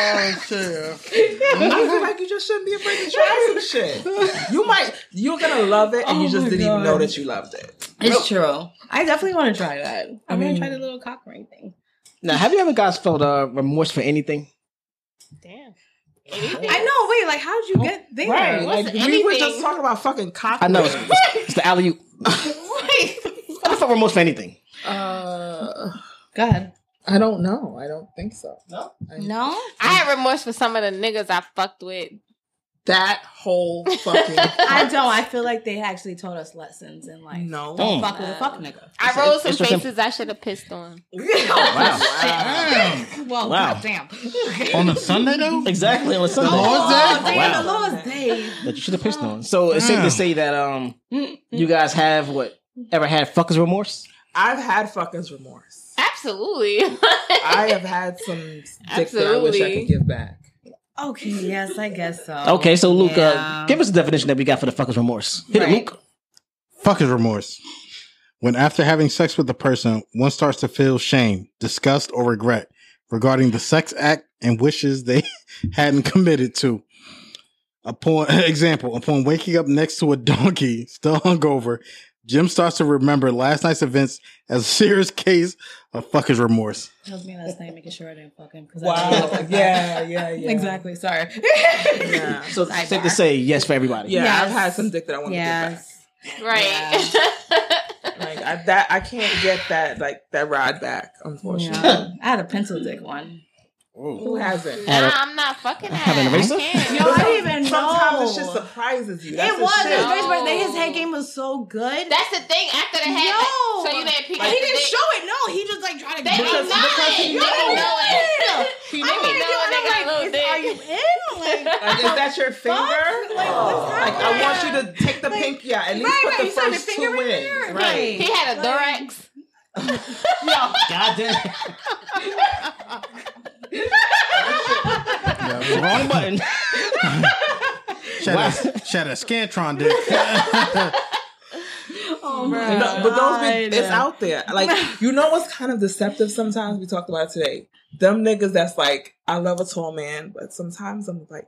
E: Oh, shit.
G: I feel like you just shouldn't be afraid to try some shit. You might you're gonna love it and
F: Oh
G: you just
F: my
G: didn't even
F: God.
G: know that you loved it.
F: It's true. I definitely want to try that. I, want to try the little cock ring thing.
D: Now, have you ever guys felt uh, remorse for anything?
C: Damn. Anything.
F: I know. Wait, like, how did you get there?
G: Like
C: What's
G: we were just
C: anything?
G: talking about fucking cock.
D: I know. It's,
G: ring.
D: it's- it's the alley oop. I felt remorse for anything.
G: Uh,
F: God,
G: I don't know. I don't think so. No.
F: no.
C: I had remorse for some of the niggas I fucked with.
G: That whole fucking
F: I don't. I feel like they actually taught us lessons in like
G: no.
D: Don't.
F: fuck with a fuck nigga.
C: I rolled some
D: it's just some-
C: faces I should have pissed on.
F: Well,
D: Wow.
F: goddamn.
E: On a Sunday, though?
D: Exactly. On Sunday.
E: Lord's
F: Oh,
E: Day?
F: damn,
D: Wow.
F: the Lord's Day.
D: That you should have pissed on. So it's safe
E: Yeah.
D: to say that um, you guys have what ever had fuckers remorse?
G: I've had fuckers remorse.
C: Absolutely.
G: I have had some dick that I wish I
C: Absolutely.
G: could give back.
F: Okay, yes, I guess so.
D: Okay, so Luke,
F: Oh, Yeah.
D: uh, give us the definition that we got for the fuckers remorse. Hit it,
F: Right.
D: Luke.
E: Fuck is remorse. When after having sex with a person, one starts to feel shame, disgust, or regret regarding the sex act and wishes they hadn't committed to. Upon example, upon waking up next to a donkey, still hungover, Jim starts to remember last night's events as a serious case of fucker's remorse.
F: That was me last night making sure I didn't fuck him. 'cause I
G: Wow.
F: didn't-
G: yeah, yeah, yeah.
F: Exactly. Sorry.
G: Yeah.
D: So it's safe to say yes for everybody.
G: Yeah,
F: Yes.
G: I've had some dick that I want
F: Yes.
C: Right.
G: to get back. Like I, that, I can't get that like that ride back. Unfortunately,
F: Yeah. I had a pencil dick one.
G: who hasn't?
C: nah, I'm not fucking that.
D: an eraser?
C: I can't.
F: Yo, I didn't even know.
G: Sometimes it just surprises you. That's
F: It
G: the
F: was.
G: shit.
F: His face, but his head game was so good.
C: That's the thing. After the head,
F: Yo.
C: like, so you didn't peek.
F: And
C: at
F: he
C: the
F: didn't
C: dick.
F: show it. No, he just like tried to.
C: They be knowing.
F: Because-
G: because
C: They
G: he
C: be
G: knew.
C: knowing.
F: He
C: They be knowing they got a little
F: Are you
C: dick.
F: in? Like,
G: Like, is that your finger?
F: Like, what's
G: Like, I want you to take the
F: Like,
G: pinky out. At least
F: right,
G: put
F: right,
G: the
F: you said
G: first
F: the
G: two
F: finger in there,
G: in. Right.
F: right.
C: He had a thorax.
D: Goddamn. Wrong button.
E: Shout out, shout out Scantron dick.
F: Oh,
G: No, but those be, it's out there. Like you know what's kind of deceptive sometimes we talked about it today. Them niggas that's like, I love a tall man, but sometimes I'm like,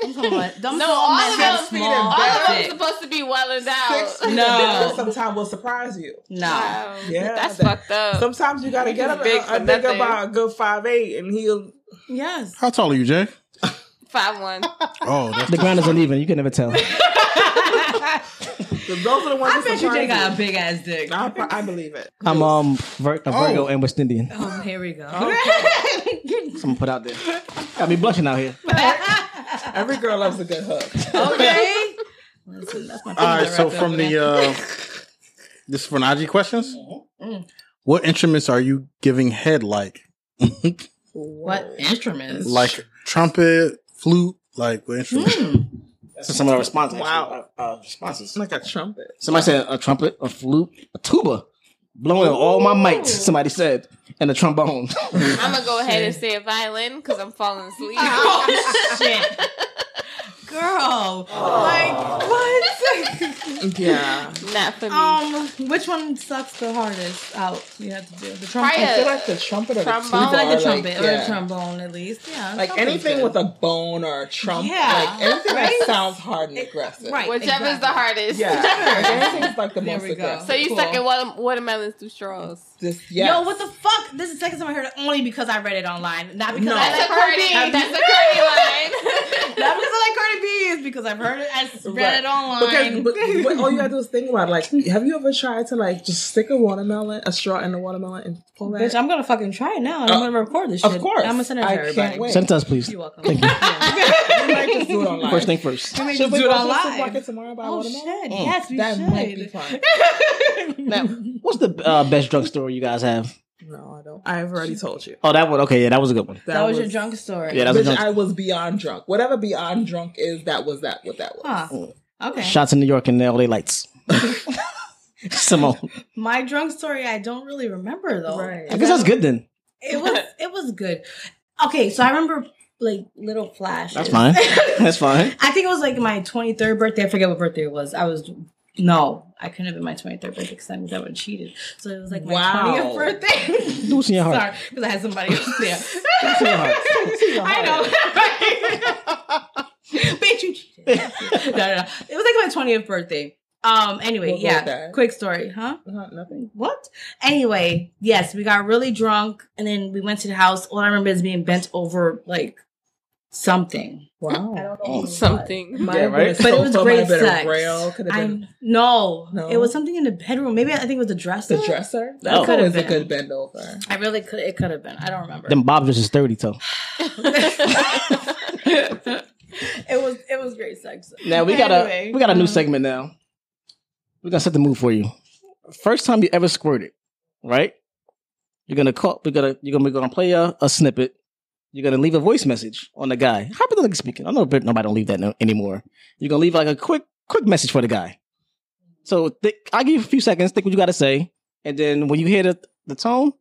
F: Dumb
C: No, all of them
G: feet
F: small.
G: and
C: All of them
F: dick.
C: supposed to be well endowed.
G: six feet
F: No.
G: no. sometimes will surprise you.
F: No.
G: Yeah,
C: that's
G: that-
C: fucked
F: Uh,
C: up.
G: Sometimes you gotta get up
C: Big
G: a, a
C: for
G: nigga
C: nothing.
G: about a good five eight and he'll
F: Yes.
E: How tall are you, Jay?
C: Five one.
E: Oh, that's
H: The ground is uneven. You can never tell.
G: those are the ones that surprise you.
F: a big ass dick.
G: I, pro- I believe it.
H: I'm um Vir- a Virgo and West Indian. I'm
F: Oh, here we go.
H: gonna put out there. Got me blushing out here.
G: Every girl loves a good hook.
F: okay.
E: All right, so from the uh, this is for Najee questions. What instruments are you giving head like?
F: What instruments?
E: Like trumpet, flute, like what instrument?
D: So some of the responses.
G: Wow.
D: Uh, uh, responses.
G: Like a trumpet.
D: Somebody said a trumpet, a flute, a tuba, blowing all my mics. Somebody said, and a trombone.
C: I'm gonna go ahead and say a violin because I'm falling asleep.
F: shit. Girl. Like what?
C: Um,
G: Yeah.
C: Not for me.
F: um, which one sucks the hardest out? You have to do the trumpet.
C: Probably
G: I feel
C: a-
G: like the trumpet or the
C: Trombone.
G: tuba
F: I feel
G: are,
F: like the trumpet or
G: yeah.
F: the trombone at least. Yeah.
G: Like
F: something
G: anything
F: good.
G: with a bone or a trump,
F: Yeah.
G: like anything
F: Right?
G: that sounds hard and aggressive.
F: right.
C: Whichever's
F: exactly.
C: the hardest.
G: Yeah. like anything's like the
F: There
G: most
F: we go.
G: aggressive.
C: so you
F: Cool.
C: sucking water- watermelons through straws.
G: Just,
F: Yo, what the fuck? This is the second time I heard it only because I read it online. Not because
G: No.
F: I
C: That's
F: like
C: a Cardi.
F: Cardi B.
C: That's a Cardi line.
F: Not because I like Cardi B. It's because I've heard it. I s- read
G: Right.
F: it online.
G: Because but, but all you gotta do is think about it. like, have you ever tried to like just stick a watermelon, a straw in a watermelon, and pull that?
F: Bitch, I'm gonna fucking try it now. and I'm
G: Uh,
F: gonna record this shit.
G: of course.
F: I'm gonna send it to
G: I
F: everybody.
G: can't wait.
H: Send it to us, please.
F: You're welcome.
H: Thank you.
G: You might just do it online.
H: First thing first.
G: Should
F: just
G: we
F: do
G: go to
F: it
G: the
F: online.
G: supermarket tomorrow and buy a
F: Oh
G: watermelon?
F: shit! Yes, we
G: That
F: should.
G: might be fun.
D: Now, what's the uh, best drunk story you guys have?
G: No, I don't. I've already told you.
D: Oh, that one. Okay, yeah, that was a good one.
F: that, was, your drunk story.
D: Yeah, that was a
G: Bitch,
D: drunk.
G: I was beyond drunk. Whatever beyond drunk is, that was that. What that was.
F: Huh. Okay.
D: Shots in New York and LA lights. Simone.
F: My drunk story, I don't really remember though.
G: Right.
D: I guess that's good then.
F: It was. It was good. Okay, so I remember like little flash.
D: That's fine. That's fine.
F: I think it was like my 23rd birthday. I forget what birthday it was. I was no, I couldn't have been my 23rd birthday because I knew that would cheated. So it was like my
G: Wow.
F: 20th birthday.
H: Do what's in your heart.
F: Sorry, because I had somebody else there.
H: What's in your heart.
F: I know. Bitch, you cheated. no, no, no. It was like my 20th birthday. Um. Anyway,
G: What was
F: yeah.
G: that?
F: Quick story, huh?
G: Not nothing.
F: what? Anyway, yes, we got really drunk and then we went to the house. All I remember is being bent over like something. I
G: Wow.
F: don't know. what.
C: Something.
G: Yeah, right.
F: But it was
G: Sofa
F: great
G: might've been a
F: sex.
G: rail, could've
F: I-
G: been-
F: no,
G: No?
F: it was something in the bedroom. Maybe I think it was the dresser.
G: The dresser.
D: That
G: That
F: could've
G: was a
F: been.
G: good bend over.
F: I really could. It could have been. I don't remember.
H: Them Bob's just is thirty though.
F: it was. It was great sex.
D: Now we got a
F: Anyway. um,
D: we got a new segment now. We're gonna set the mood for you. First time you ever squirted, right? You're gonna call we're gonna you're gonna we're gonna play a, a snippet. You're gonna leave a voice message on the guy. Hypothetically speaking, I know but nobody don't leave that no, anymore. You're gonna leave like a quick quick message for the guy. So th- I'll give you a few seconds, think what you gotta say, and then when you hear the, the tone,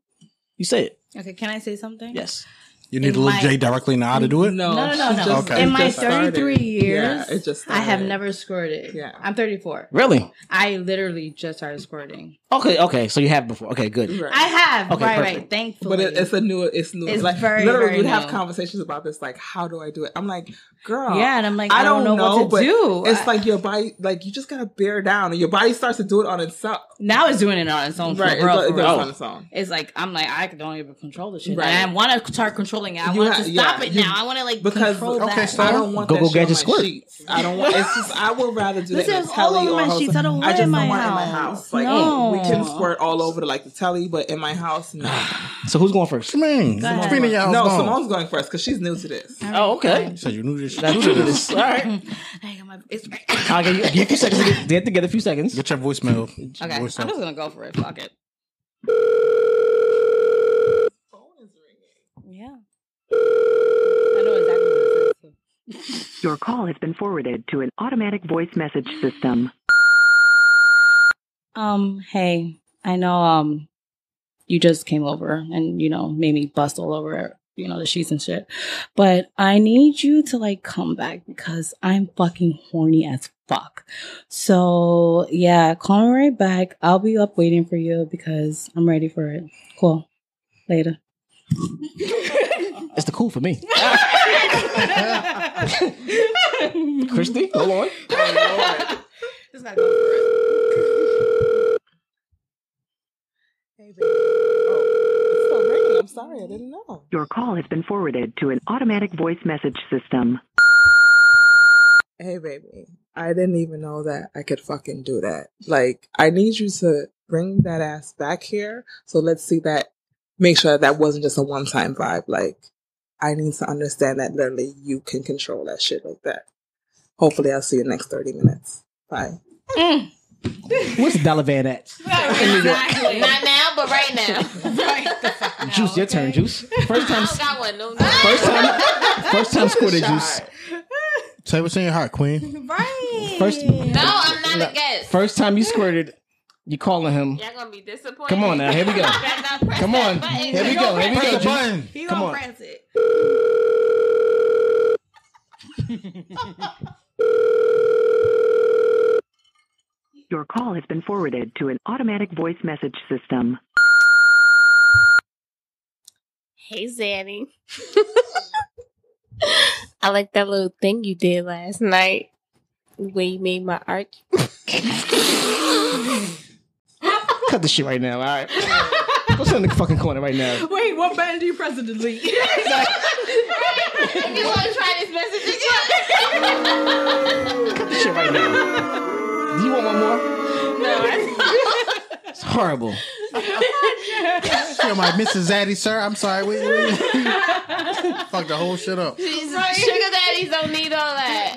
D: you say it.
F: Okay, can I say something?
D: Yes.
E: You need
F: It
E: to let
F: might-
E: Jay directly know how to do it.
G: No,
F: No, no, no,
G: she
F: no.
G: just-
E: Okay.
F: In
G: it
F: my
G: just started.
F: 33 years,
G: Yeah, it just
F: I have
G: started.
F: never squirted.
G: Yeah.
F: I'm 34.
D: Really?
F: I literally just started squirting.
D: Okay, okay. So you have before. Okay, good.
G: Right.
F: I have.
D: Okay,
F: right,
D: perfect.
F: right. Thankfully.
G: but it, it's a new, it's new.
F: It's
G: like
F: very,
G: literally,
F: very
G: we'd have
F: new.
G: conversations about this. Like, how do I do it? I'm like, girl,
F: yeah, and I'm like, I, don't, know, what
G: but
F: to do.
G: It's
F: I-
G: like your body, like you just gotta bear down, and your body starts to do it on itself.
F: now it's doing it on its own. For
G: Right, it
F: real,
G: does-
F: for
G: it does
F: real.
G: on its own.
F: It's like I'm like I don't even control this shit.
G: Right.
F: And I want to start controlling it. I
G: You
F: want
G: ha-
F: to
G: yeah,
F: stop it
G: you-
F: now. I want to like
G: because
F: control
E: okay,
F: that.
E: so
G: I don't want
D: Go-
G: that
D: go
G: shit on
D: gadget
G: my
D: squirt.
G: sheets. I don't want. It's just I would rather do
F: Listen,
G: that in
F: it's
G: the
F: all
G: telly
F: over
G: or
F: my
G: house.
F: sheets. I don't want
G: I
F: it
G: just don't
F: in my
G: want it in my
F: house.
G: house. Like
F: No.
G: we can squirt all over the, like the telly, but in my house, no.
D: So who's going first?
E: Man, between of y'all
G: no,
E: gone.
G: Oh, Simone's going first because she's new to this.
D: Oh, okay.
E: So you knew this. shit.
D: Let's do this. All right.
F: I got my- it's-
D: I'll give you, give you a few seconds. To get, get together a few seconds.
E: Get your voicemail.
F: okay, I'm just
E: Voicemail.
F: gonna go for it. Fuck it. Yeah. I know exactly what it is.
I: Your call has been forwarded to an automatic voice message system.
F: Um, hey, I know um you just came over and you know made me bust all over you know the sheets and shit. But I need you to like come back because I'm fucking horny as fuck. So yeah, call me right back. I'll be up waiting for you because I'm ready for it. Cool. Later.
D: It's the cool for me. Christy, hold on.
G: Oh, It's still ringing. I'm sorry, I didn't know.
I: Your call has been forwarded to an automatic voice message system.
G: hey baby i didn't even know that i could fucking do that like i need you to bring that ass back here so let's see that make sure that wasn't just a one-time vibe like i need to understand that literally you can control that shit like that hopefully i'll see you next 30 minutes bye
D: What's the dollar van at?
C: Exactly. Not now, but right now.
D: Juice, your turn, Juice. First
C: I
D: time,
C: don't got one. No, no.
D: first time, first time squirted Juice.
E: Say what's in your heart, Queen.
D: First,
C: No, I'm not a guest.
D: first time you squirted, you calling him.
C: Y'all gonna be disappointed.
D: Come on now, here we go. Come on, here we go, here we go,
E: Press the
D: Juice.
E: button.
F: He
D: Come on.
F: press it.
I: Your call has been forwarded to an automatic voice message system.
C: Hey, Zanny. I like that little thing you did last night when you made my art.
D: Cut this shit right now. All right, go sit in the fucking corner right now.
F: Wait, what button do you press to delete?
C: if you want to try this message again.
D: Cut this shit right now. Do you want one more? It's horrible.
E: You're my Mrs. Zaddy, sir. I'm sorry. Wait, wait. Fuck the whole shit up.
C: Sugar daddies don't need all that.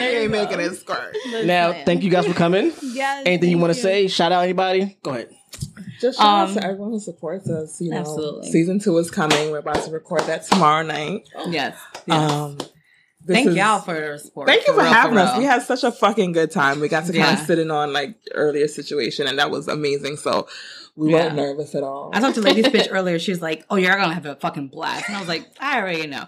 G: ain't making it skirt
D: Now, thank you guys for coming.
F: Yes.
D: Anything you want to say? Shout out anybody? Go ahead.
G: just shout out
F: Um,
G: to everyone who supports us you know
F: Absolutely.
G: season two is coming we're about to record that tomorrow night
F: Yes.
G: um this
F: Thank
G: is-
F: y'all for the support.
G: Thank you for
F: real,
G: having us.
F: real.
G: We had such a fucking good time. We got to kind
F: Yeah.
G: of sit in on like earlier situation, and that was amazing. So we
F: Yeah.
G: weren't nervous at all.
F: I talked to Ladies Bitch earlier. She was like, "Oh, you're gonna have a fucking blast," and I was like, "I already know."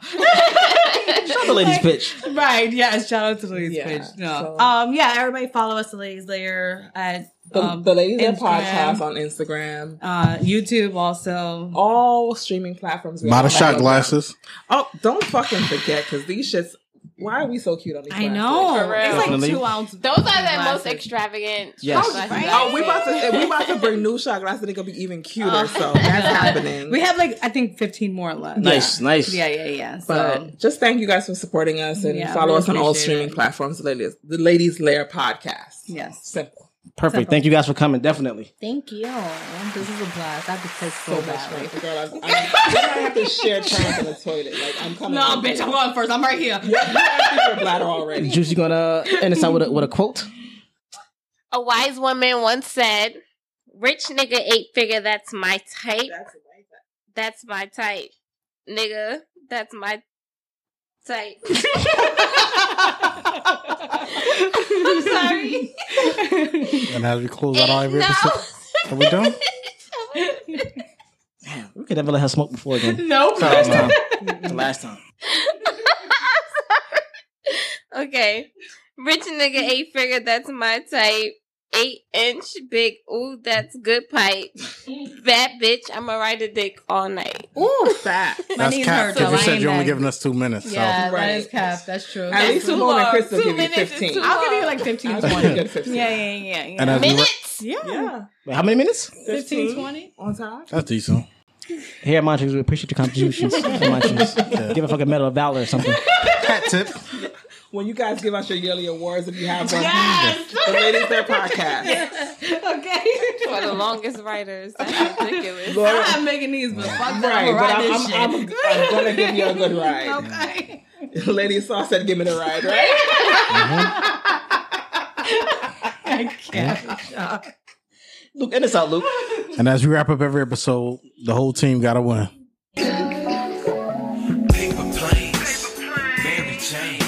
D: Shout out to ladies, bitch.
F: right? Yeah. Shout out to Ladies
G: Yeah,
F: Bitch. No.
G: so-
F: Um. Yeah. Everybody follow us, the Ladies Layer at
G: the,
F: um,
G: the ladies at
F: Instagram,
G: podcast on Instagram,
F: uh, YouTube also.
G: Oh. all streaming platforms. we
E: Model
G: have.
E: shot glasses.
G: Oh, don't fucking forget because these shits. Why are we so cute on these?
F: I
G: glasses?
F: know.
C: for real.
F: It's like
D: Definitely.
F: two ounce.
C: Those are the most
F: glasses.
C: extravagant.
D: Yes.
G: Oh, we about to we about to bring new shot glasses. They're gonna be even cuter.
F: Oh.
G: so that's happening.
F: We have like I think fifteen more left.
D: Nice, nice.
F: Yeah. Yeah. Yeah. So.
G: But just thank you guys for supporting us and
F: Yeah,
G: follow
F: we
G: us on all
F: appreciate
G: streaming
F: it.
G: platforms. The ladies, the ladies layer podcast.
F: Yes.
G: simple.
D: Perfect. Thank you guys for coming. Definitely.
F: Thank you. This is a blast. I could take so,
G: So much
F: bad.
G: fun. Girl, I, I'm, I have to share time in the toilet. Like I'm coming.
F: No, bitch, I'm going first. I'm right here.
G: You asked me for a bladder already.
D: Juice, you gonna uh, end us out with a, with a quote?
C: A wise woman once said, "Rich nigga eight figure. That's my type. That's my type, nigga. That's my type." I'm sorry.
E: And as we close out all every
C: no.
E: episode, are we done?
D: Damn, we could never let her smoke before again.
F: Nope.
D: Last time. The last time.
C: okay. Rich nigga eight figure, that's my type. eight inch big. Ooh, that's good pipe. That bitch, I'ma ride a dick all night.
F: Ooh, fat. My
E: That's
F: knees
E: cap
F: hurt. so
E: because you
F: I
E: said
F: ain't
E: you only
F: mad.
E: giving us two minutes.
F: Yeah,
G: Right.
F: that is cap. That's true.
G: At least
C: too
G: Simone and
C: long.
G: Chris will
C: Two
G: give you
C: minutes is
G: 15.
C: too
F: I'll give you like 15,
G: I'll
F: 20.
G: give you 15.
F: Yeah, yeah, yeah,
E: So. And as
F: yeah.
E: we were-
C: Minutes.
F: Yeah.
G: Yeah.
D: Wait, how many minutes?
F: 15, 20.
G: On top.
E: that's decent.
D: Here at Montrose, we appreciate your contributions. Montrose. Give a fucking medal of valor or something.
E: Hat tip.
G: When you guys give out your yearly awards, if you have one, the ladies their podcast.
F: Okay.
C: For the longest riders. That's ridiculous.
G: Laura-
F: I'm making these, but fuck that.
G: Right,
F: I'm
G: but
F: riding
G: I'm,
F: this
G: I'm, I'm,
F: shit.
G: I'm gonna give you a good ride.
F: Okay.
G: Lady Saw said, "Give me the ride." Right?
F: I can't.
D: Luke, end this out, Luke.
E: And as we wrap up every episode, the whole team got to win.
B: Paper planes, Mary Jane,